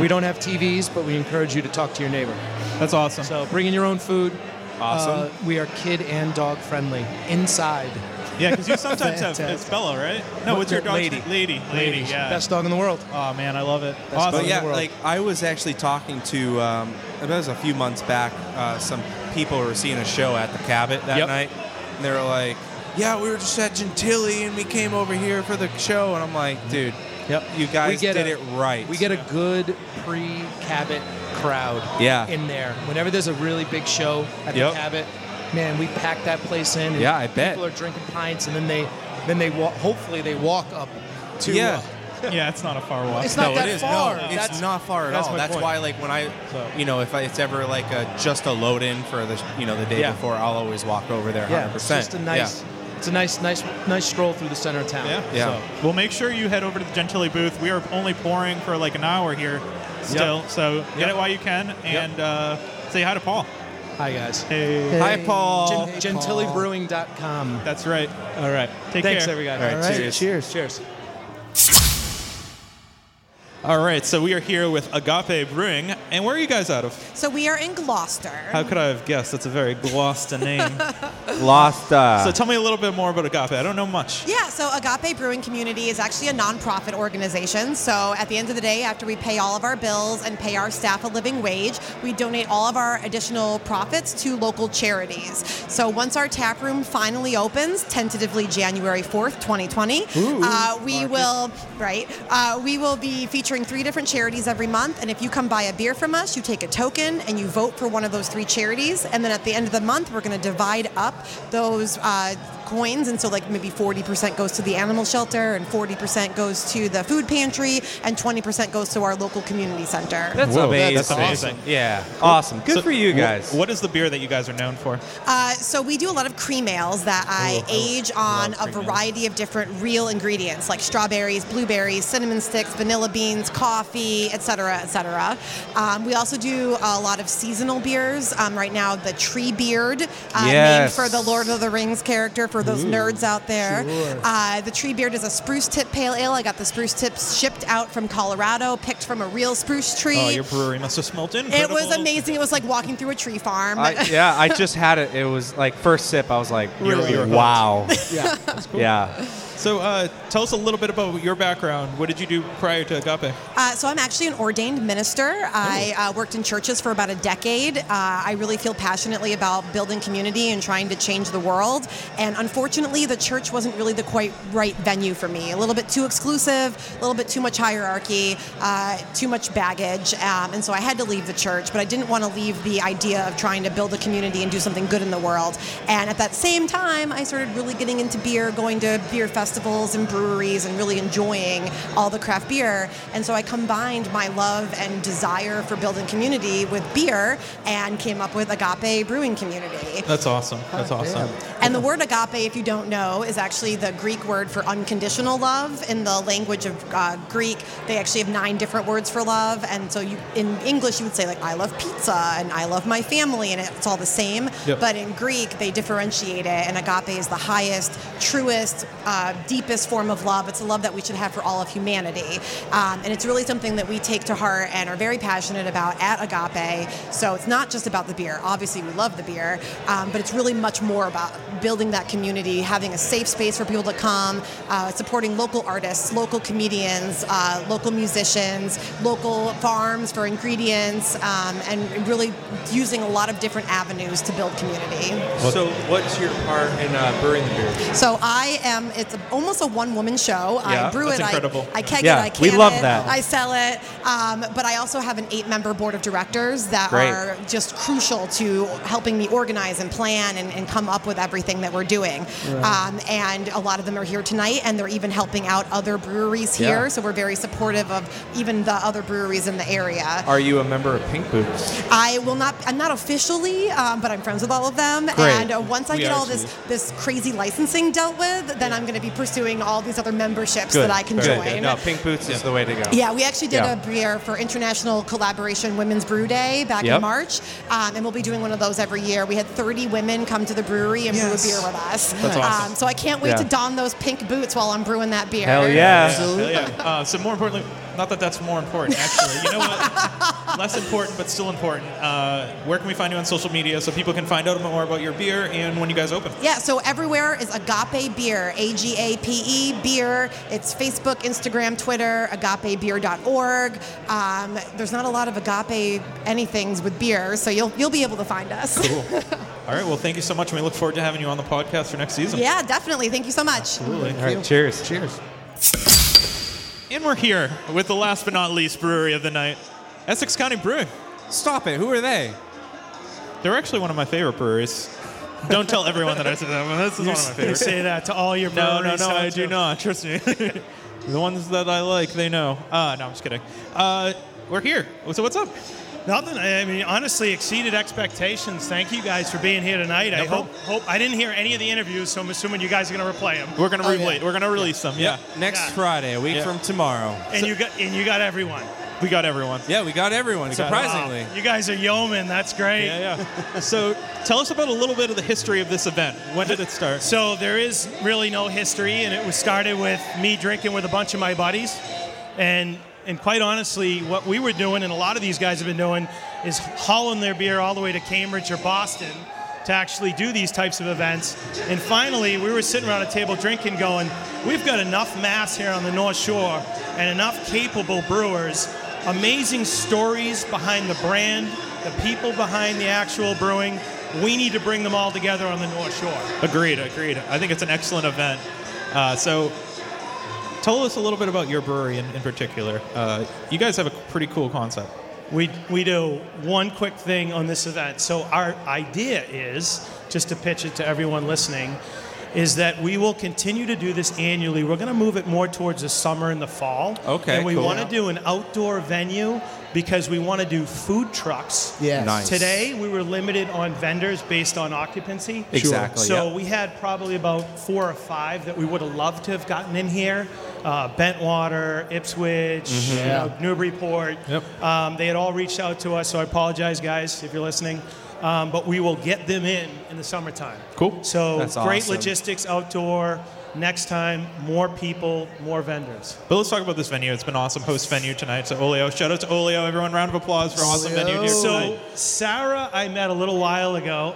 [SPEAKER 19] we don't have TVs, but we encourage you to talk to your neighbor.
[SPEAKER 4] That's awesome.
[SPEAKER 19] So bring in your own food.
[SPEAKER 4] Awesome.
[SPEAKER 19] Uh, we are kid and dog friendly inside. uh,
[SPEAKER 4] Yeah, because you sometimes have it's Bella, right? No, what's your dog's
[SPEAKER 19] Lady.
[SPEAKER 4] name? Lady. Lady.
[SPEAKER 19] Lady.
[SPEAKER 4] Yeah.
[SPEAKER 19] Best dog in the world.
[SPEAKER 4] Oh man, I love it.
[SPEAKER 3] But Oh, yeah, like I was actually talking to um, it was a few months back. Uh, some people were seeing a show at the Cabot that
[SPEAKER 19] Yep.
[SPEAKER 3] night, and they were like, "Yeah, we were just at Gentilly, and we came over here for the show." And I'm like, "Dude,
[SPEAKER 19] Mm-hmm. yep,
[SPEAKER 3] you guys
[SPEAKER 19] We get
[SPEAKER 3] did
[SPEAKER 19] a-
[SPEAKER 3] it right."
[SPEAKER 19] We get a good pre Cabot crowd
[SPEAKER 3] Yeah.
[SPEAKER 19] in there. Whenever there's a really big show at
[SPEAKER 3] Yep.
[SPEAKER 19] the Cabot, man, we pack that place in. and
[SPEAKER 3] Yeah, I bet.
[SPEAKER 19] People are drinking pints and then they then they walk, hopefully they walk up to uh,
[SPEAKER 3] Yeah.
[SPEAKER 4] yeah, it's not a far walk.
[SPEAKER 19] It's not
[SPEAKER 3] no,
[SPEAKER 19] that
[SPEAKER 3] it is.
[SPEAKER 19] far.
[SPEAKER 3] No,
[SPEAKER 19] That's-
[SPEAKER 3] it's not far at
[SPEAKER 19] that's
[SPEAKER 3] all.
[SPEAKER 19] my
[SPEAKER 3] That's
[SPEAKER 19] point.
[SPEAKER 3] why, like when I, you know, if I, it's ever like a, just a load in for the you know the day
[SPEAKER 19] Yeah.
[SPEAKER 3] before, I'll always walk over there. 100%.
[SPEAKER 19] Yeah, it's just a nice, it's a nice, nice, nice stroll through the center of town.
[SPEAKER 4] Yeah.
[SPEAKER 3] Yeah.
[SPEAKER 4] So we'll make sure you head over to the Gentilly booth. We are only pouring for like an hour here still. So get
[SPEAKER 19] Yep.
[SPEAKER 4] it while you can and uh, say hi to Paul.
[SPEAKER 19] Hi, guys.
[SPEAKER 4] Hey.
[SPEAKER 19] Hey. Gen- GentillyBrewing.com.
[SPEAKER 4] That's right.
[SPEAKER 19] All right.
[SPEAKER 4] Take
[SPEAKER 19] Thanks,
[SPEAKER 4] care.
[SPEAKER 19] everybody.
[SPEAKER 4] All right, cheers.
[SPEAKER 19] Cheers. Cheers.
[SPEAKER 4] All right, so we are here with Agape Brewing. And where are you guys out of?
[SPEAKER 20] So we are in Gloucester.
[SPEAKER 4] How could I have guessed? That's a very Gloucester name.
[SPEAKER 3] Gloucester.
[SPEAKER 19] uh,
[SPEAKER 4] So tell me a little bit more about Agape. I don't know much.
[SPEAKER 20] Yeah, so Agape Brewing Community is actually a nonprofit organization. So at the end of the day, after we pay all of our bills and pay our staff a living wage, we donate all of our additional profits to local charities. So once our tap room finally opens, tentatively January 4th, 2020,
[SPEAKER 21] Ooh.
[SPEAKER 20] uh, we will right uh, we will be featuring three different charities every month and if you come buy a beer from us you take a token and you vote for one of those three charities and then at the end of the month we're going to divide up those uh, coins, and so like maybe 40% goes to the animal shelter, and 40% goes to the food pantry, and 20% goes to our local community center.
[SPEAKER 3] That's
[SPEAKER 4] Whoa,
[SPEAKER 3] amazing.
[SPEAKER 4] That's awesome.
[SPEAKER 3] Yeah, awesome. Good
[SPEAKER 4] So
[SPEAKER 3] for you
[SPEAKER 4] wh-
[SPEAKER 3] guys.
[SPEAKER 4] what is the beer that you guys are known for?
[SPEAKER 20] Uh, so we do a lot of cream ales
[SPEAKER 3] Oh,
[SPEAKER 20] that I age on a variety of different real ingredients, like strawberries, blueberries, cinnamon sticks, vanilla beans, coffee, etc., etc. Um, we also do a lot of seasonal beers. Um, right now, the Tree Beard, uh,
[SPEAKER 3] Yes.
[SPEAKER 20] named for the Lord of the Rings character, for those
[SPEAKER 3] Ooh,
[SPEAKER 20] nerds out there.
[SPEAKER 3] sure.
[SPEAKER 20] Uh, the Tree Beard is a spruce tip pale ale. I got the spruce tips shipped out from Colorado, picked from a real spruce tree.
[SPEAKER 4] Oh, your brewery must have smelt in.
[SPEAKER 20] it was amazing. It was like walking through a tree farm.
[SPEAKER 3] I, yeah, I just had it. It was like first sip. I was like,
[SPEAKER 4] You were- you were
[SPEAKER 3] wow.
[SPEAKER 4] Yeah.
[SPEAKER 3] Yeah.
[SPEAKER 4] So uh, tell us a little bit about your background. What did you do prior to Agape?
[SPEAKER 20] Uh, so I'm actually an ordained minister. I uh, worked in churches for about a decade. Uh, I really feel passionately about building community and trying to change the world. And unfortunately, the church wasn't really the quite right venue for me. A little bit too exclusive, a little bit too much hierarchy, uh, too much baggage. Um, and so I had to leave the church, but I didn't want to leave the idea of trying to build a community and do something good in the world. And at that same time, I started really getting into beer, going to beer festivals and breweries and really enjoying all the craft beer. And so I combined my love and desire for building community with beer and came up with Agape Brewing Community.
[SPEAKER 4] That's awesome.
[SPEAKER 20] Oh,
[SPEAKER 4] That's awesome.
[SPEAKER 20] And the word agape, if you don't know, is actually the Greek word for unconditional love. In the language of uh, Greek, they actually have nine different words for love. And so you, in English, you would say, like, I love pizza and I love my family, and it's all the same.
[SPEAKER 19] Yep.
[SPEAKER 20] But in Greek, they differentiate it, and agape is the highest, truest, uh, deepest form of love. It's a love that we should have for all of humanity. Um, and it's really something that we take to heart and are very passionate about at Agape. So it's not just about the beer. Obviously, we love the beer, um, but it's really much more about building that community, having a safe space for people to come, uh, supporting local artists, local comedians, uh, local musicians, local farms for ingredients, um, and really using a lot of different avenues to build community.
[SPEAKER 3] So, what's your part in uh, brewing the beer?
[SPEAKER 20] So I am. It's a, almost a one-woman show.
[SPEAKER 3] Yeah,
[SPEAKER 20] I brew
[SPEAKER 3] that's
[SPEAKER 20] it.
[SPEAKER 3] incredible.
[SPEAKER 20] I, I keg
[SPEAKER 3] Yeah,
[SPEAKER 20] it. I can
[SPEAKER 3] we love
[SPEAKER 20] it,
[SPEAKER 3] that.
[SPEAKER 20] I sell it. Um, but I also have an eight-member board of directors that
[SPEAKER 3] Great.
[SPEAKER 20] are just crucial to helping me organize and plan and, and come up with everything that we're doing.
[SPEAKER 19] Right.
[SPEAKER 20] Um, and a lot of them are here tonight, and they're even helping out other breweries
[SPEAKER 3] Yeah.
[SPEAKER 20] here. So we're very supportive of even the other breweries in the area.
[SPEAKER 3] Are you a member of Pink Boots?
[SPEAKER 20] I will not. I'm not officially, um, but I'm friends with all of them.
[SPEAKER 3] Great.
[SPEAKER 20] And uh, once I
[SPEAKER 3] We
[SPEAKER 20] get
[SPEAKER 3] are
[SPEAKER 20] all this
[SPEAKER 3] too.
[SPEAKER 20] this crazy licensing dealt with, then I'm going to be pursuing all these other memberships that I can
[SPEAKER 3] Good.
[SPEAKER 20] join.
[SPEAKER 3] No, Pink Boots is the way to go.
[SPEAKER 20] Yeah, we actually did
[SPEAKER 3] Yeah.
[SPEAKER 20] a beer for International Collaboration Women's Brew Day back
[SPEAKER 3] Yep.
[SPEAKER 20] in March, um, and we'll be doing one of those every year. We had 30 women come to the brewery and brew a beer with us.
[SPEAKER 4] That's awesome.
[SPEAKER 20] Um, so I can't wait
[SPEAKER 4] Yeah.
[SPEAKER 20] to don those pink boots while I'm brewing that beer.
[SPEAKER 4] Hell yeah. Uh, so more importantly, not that that's more important, actually. You know what? Less important, but still important. Uh, where can we find you on social media so people can find out more about your beer and when you guys open?
[SPEAKER 20] Yeah, so everywhere is Agape Beer, A G A P E beer. It's Facebook, Instagram, Twitter, agapebeer.org. Um, there's not a lot of agape anythings with beer, so you'll you'll be able to find us.
[SPEAKER 4] Cool. All right. Well, thank you so much, and we look forward to having you on the podcast for next season.
[SPEAKER 20] yeah, definitely. Thank you so much.
[SPEAKER 4] Absolutely.
[SPEAKER 3] All right, cheers. Cheers.
[SPEAKER 4] And we're here with the last but not least brewery of the night, Essex County Brewing.
[SPEAKER 3] Stop it. Who are they?
[SPEAKER 4] They're actually one of my favorite breweries. Don't tell everyone that I said that. but This is
[SPEAKER 18] You
[SPEAKER 4] one of
[SPEAKER 18] s-
[SPEAKER 4] my
[SPEAKER 18] you
[SPEAKER 4] favorites.
[SPEAKER 18] say that to all your
[SPEAKER 4] No, no,
[SPEAKER 18] breweries,
[SPEAKER 4] no. I
[SPEAKER 18] don't
[SPEAKER 4] do
[SPEAKER 18] you?
[SPEAKER 4] not. Trust me. the ones that I like, they know. Uh, no, I'm just kidding. Uh, we're here. So what's up?
[SPEAKER 18] Nothing. I mean, honestly, exceeded expectations. Thank you guys for being here tonight. I hope, hope I didn't hear any of the interviews, so I'm assuming you guys are going to replay them.
[SPEAKER 4] We're gonna relate. We're gonna release them. Yeah.
[SPEAKER 3] Next Friday, a week
[SPEAKER 4] Yeah.
[SPEAKER 3] from tomorrow.
[SPEAKER 18] And you got and you got everyone.
[SPEAKER 4] We got everyone.
[SPEAKER 3] Yeah, we got everyone.
[SPEAKER 4] We got-
[SPEAKER 3] surprisingly.
[SPEAKER 18] Wow. You guys are yeomen. That's great.
[SPEAKER 4] Yeah, yeah. so tell us about a little bit of the history of this event. When did it start?
[SPEAKER 18] So there is really no history, and it was started with me drinking with a bunch of my buddies, and and quite honestly, what we were doing, and a lot of these guys have been doing, is hauling their beer all the way to Cambridge or Boston to actually do these types of events. And finally, we were sitting around a table drinking, going, "We've got enough mass here on the North Shore, and enough capable brewers." Amazing stories behind the brand, the people behind the actual brewing. We need to bring them all together on the North Shore.
[SPEAKER 4] Agreed. Agreed. I think it's an excellent event. Uh, so tell us a little bit about your brewery in, in particular. Uh, you guys have a pretty cool concept.
[SPEAKER 18] We, we do one quick thing on this event. So, our idea is just to pitch it to everyone listening is that we will continue to do this annually. We're going to move it more towards the summer and the fall.
[SPEAKER 19] Okay,
[SPEAKER 18] And we
[SPEAKER 19] cool.
[SPEAKER 18] want to do an outdoor venue because we want to do food trucks.
[SPEAKER 19] Yes. Nice.
[SPEAKER 18] Today we were limited on vendors based on occupancy.
[SPEAKER 19] Exactly,
[SPEAKER 18] So
[SPEAKER 19] yep.
[SPEAKER 18] we had probably about four or five that we would have loved to have gotten in here. Uh, Bentwater, Ipswich,
[SPEAKER 4] Mm-hmm.
[SPEAKER 19] Mhm.
[SPEAKER 18] you know, Newburyport. Yep. Um, they had all reached out to us, so I apologize, guys, if you're listening. Um, but we will get them in in the summertime. Cool. So
[SPEAKER 22] That's
[SPEAKER 18] great
[SPEAKER 22] awesome.
[SPEAKER 18] logistics outdoor. Next time, more people, more vendors.
[SPEAKER 4] But let's talk about this venue. It's been awesome host venue tonight. So Olio, shout out to Olio. Everyone, round of applause for awesome venue here
[SPEAKER 18] So
[SPEAKER 4] tonight.
[SPEAKER 18] Sarah, I met a little while ago,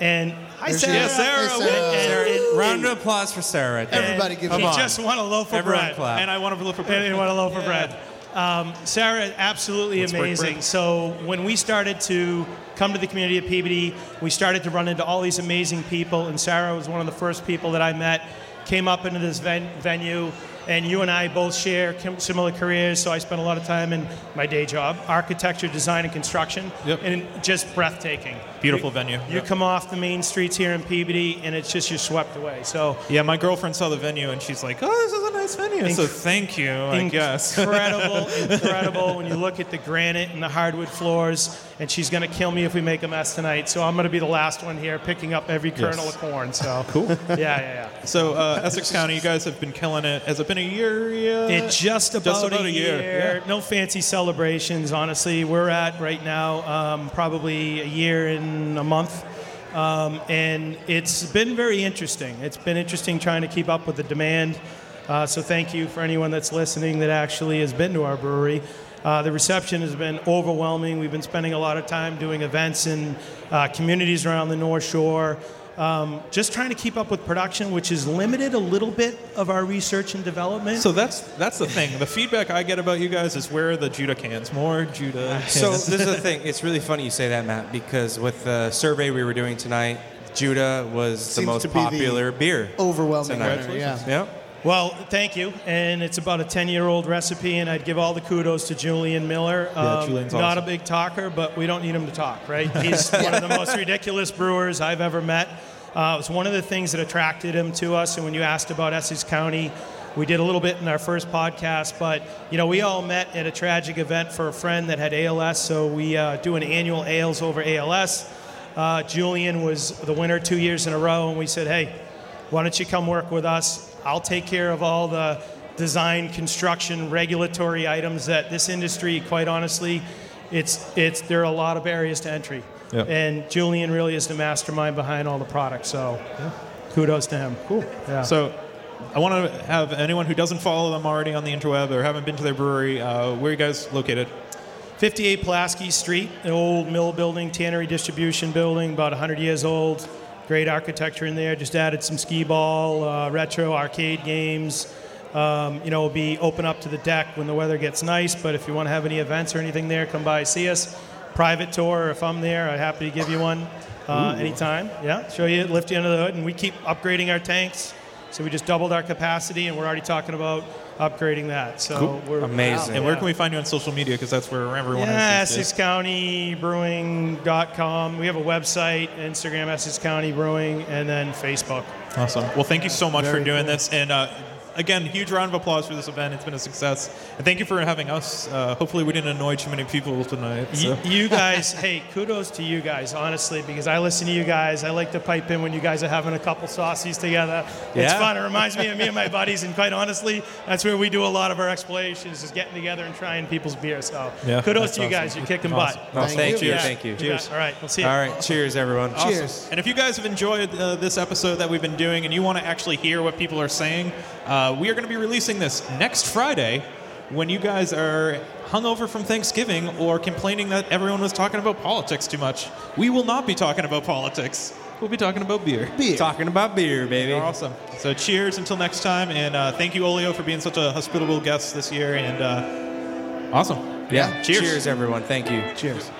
[SPEAKER 18] and hi
[SPEAKER 4] There's
[SPEAKER 18] Sarah.
[SPEAKER 4] Sarah. Hey, Sarah.
[SPEAKER 3] Round of applause for Sarah. Dan.
[SPEAKER 18] She just won a loaf of
[SPEAKER 3] Everyone
[SPEAKER 18] bread,
[SPEAKER 3] Clap.
[SPEAKER 18] and I won a loaf of bread. And I won a loaf of bread. Um, Sarah, absolutely
[SPEAKER 3] Let's break
[SPEAKER 18] amazing.
[SPEAKER 3] bread.
[SPEAKER 18] So when we started to come to the community of Peabody, we started to run into all these amazing people, and Sarah was one of the first people that I met. Came up into this ven- venue, and you and I both share com- similar careers. So I spent a lot of time in my day job, architecture, design, and construction, and just breathtaking.
[SPEAKER 4] Beautiful
[SPEAKER 18] You-
[SPEAKER 4] venue.
[SPEAKER 18] You
[SPEAKER 4] Yep.
[SPEAKER 18] come off the main streets here in Peabody, and it's just you're swept away. So
[SPEAKER 4] Yeah, my girlfriend saw the venue and she's like, "Oh, this is a nice venue." so
[SPEAKER 18] Inc-
[SPEAKER 4] thank you. I guess
[SPEAKER 18] incredible, incredible. When you look at the granite and the hardwood floors, and she's going to kill me if we make a mess tonight. So I'm going to be the last one here picking up every kernel
[SPEAKER 4] Yes.
[SPEAKER 18] of corn. So
[SPEAKER 4] Cool.
[SPEAKER 18] yeah, yeah, yeah.
[SPEAKER 4] So uh, Essex County, you guys have been killing it. Has it been a year yet?
[SPEAKER 18] It just about,
[SPEAKER 4] about a year. Yeah.
[SPEAKER 18] No fancy celebrations, honestly. We're at right now um, probably a year and a month. Um, and it's been very interesting. It's been interesting trying to keep up with the demand. Uh, so thank you for anyone that's listening that actually has been to our brewery. Uh, the reception has been overwhelming. We've been spending a lot of time doing events in uh, communities around the North Shore, um, just trying to keep up with production, which has limited a little bit of our research and development.
[SPEAKER 4] So that's that's the thing. The feedback I get about you guys is where are the Judah cans? More Judah. Cans.
[SPEAKER 3] So this is the thing. It's really funny you say that, Matt, because with the survey we were doing tonight, Judah was
[SPEAKER 23] Seems
[SPEAKER 3] the most
[SPEAKER 23] to be the
[SPEAKER 3] popular beer.
[SPEAKER 23] overwhelming
[SPEAKER 3] tonight.
[SPEAKER 23] winner, yeah.
[SPEAKER 3] Yep.
[SPEAKER 18] Well, thank you. And it's about a 10 year old recipe, and I'd give all the kudos to Julian Miller. Um,
[SPEAKER 4] Yeah, Julian's
[SPEAKER 18] not
[SPEAKER 4] awesome.
[SPEAKER 18] a big talker, but we don't need him to talk, right? He's one of the most ridiculous brewers I've ever met. Uh, it was one of the things that attracted him to us. And when you asked about Essex County, we did a little bit in our first podcast, but you know we all met at a tragic event for a friend that had ALS. So we uh, do an annual ales over ALS. Uh, Julian was the winner two years in a row, and we said, "Hey, why don't you come work with us? I'll take care of all the design, construction, regulatory items that this industry, quite honestly, it's it's there are a lot of barriers to entry.
[SPEAKER 4] Yeah.
[SPEAKER 18] And Julian really is the mastermind behind all the products. So kudos to him. Cool. Yeah.
[SPEAKER 4] So I want to have anyone who doesn't follow them already on the interweb or haven't been to their brewery, uh, where are you guys located?
[SPEAKER 18] 58 Pulaski Street, an old mill building, tannery distribution building, about 100 years old. Great architecture in there. Just added some skee ball, uh, retro arcade games. Um, you know, it'll be open up to the deck when the weather gets nice. But if you want to have any events or anything there, come by see us. Private tour. If I'm there, I'm happy to give you one uh,
[SPEAKER 4] Ooh.
[SPEAKER 18] anytime. Yeah, show you, lift you under the hood, and we keep upgrading our tanks. So we just doubled our capacity, and we're already talking about upgrading that. So we're
[SPEAKER 4] And where
[SPEAKER 18] Yeah.
[SPEAKER 4] can we find you on social media? Because that's where everyone
[SPEAKER 18] Yeah,
[SPEAKER 4] is. these days.
[SPEAKER 18] EssexCountyBrewing.com. We have a website, Instagram, Essex County Brewing, and then Facebook.
[SPEAKER 4] Awesome. Well, thank you so much
[SPEAKER 18] Very
[SPEAKER 4] for doing
[SPEAKER 18] cool.
[SPEAKER 4] this. And uh, again, huge round of applause for this event. It's been a success. And thank you for having us. Uh, hopefully, we didn't annoy too many people tonight.
[SPEAKER 18] Y-
[SPEAKER 4] So.
[SPEAKER 18] you guys, hey, kudos to you guys, honestly, because I listen to you guys. I like to pipe in when you guys are having a couple saucies together. It's
[SPEAKER 4] Yeah.
[SPEAKER 18] fun. It reminds me of me and my buddies, and quite honestly, that's where we do a lot of our explorations, is getting together and trying people's beer. So
[SPEAKER 3] Yeah,
[SPEAKER 18] kudos
[SPEAKER 3] that's
[SPEAKER 18] to you guys.
[SPEAKER 3] awesome.
[SPEAKER 18] You're kicking
[SPEAKER 3] Awesome.
[SPEAKER 18] butt.
[SPEAKER 3] Awesome. Thank you.
[SPEAKER 18] Yeah,
[SPEAKER 3] Thank you.
[SPEAKER 18] bet.
[SPEAKER 3] Cheers.
[SPEAKER 18] All right, we'll see you.
[SPEAKER 3] All right. Cheers, everyone.
[SPEAKER 4] Awesome. And if you guys have enjoyed uh, this episode that we've been doing and you want to actually hear what people are saying, uh, we are going to be releasing this next Friday when you guys are hungover from Thanksgiving or complaining that everyone was talking about politics too much. We will not be talking about politics. We'll be talking about beer. Beer.
[SPEAKER 3] Talking about beer, baby.
[SPEAKER 4] Awesome. So cheers until next time. And uh, thank you, Olio, for being such a hospitable guest this year. And uh, awesome.
[SPEAKER 3] Yeah.
[SPEAKER 4] Cheers.
[SPEAKER 3] Cheers, everyone. Thank you. Cheers.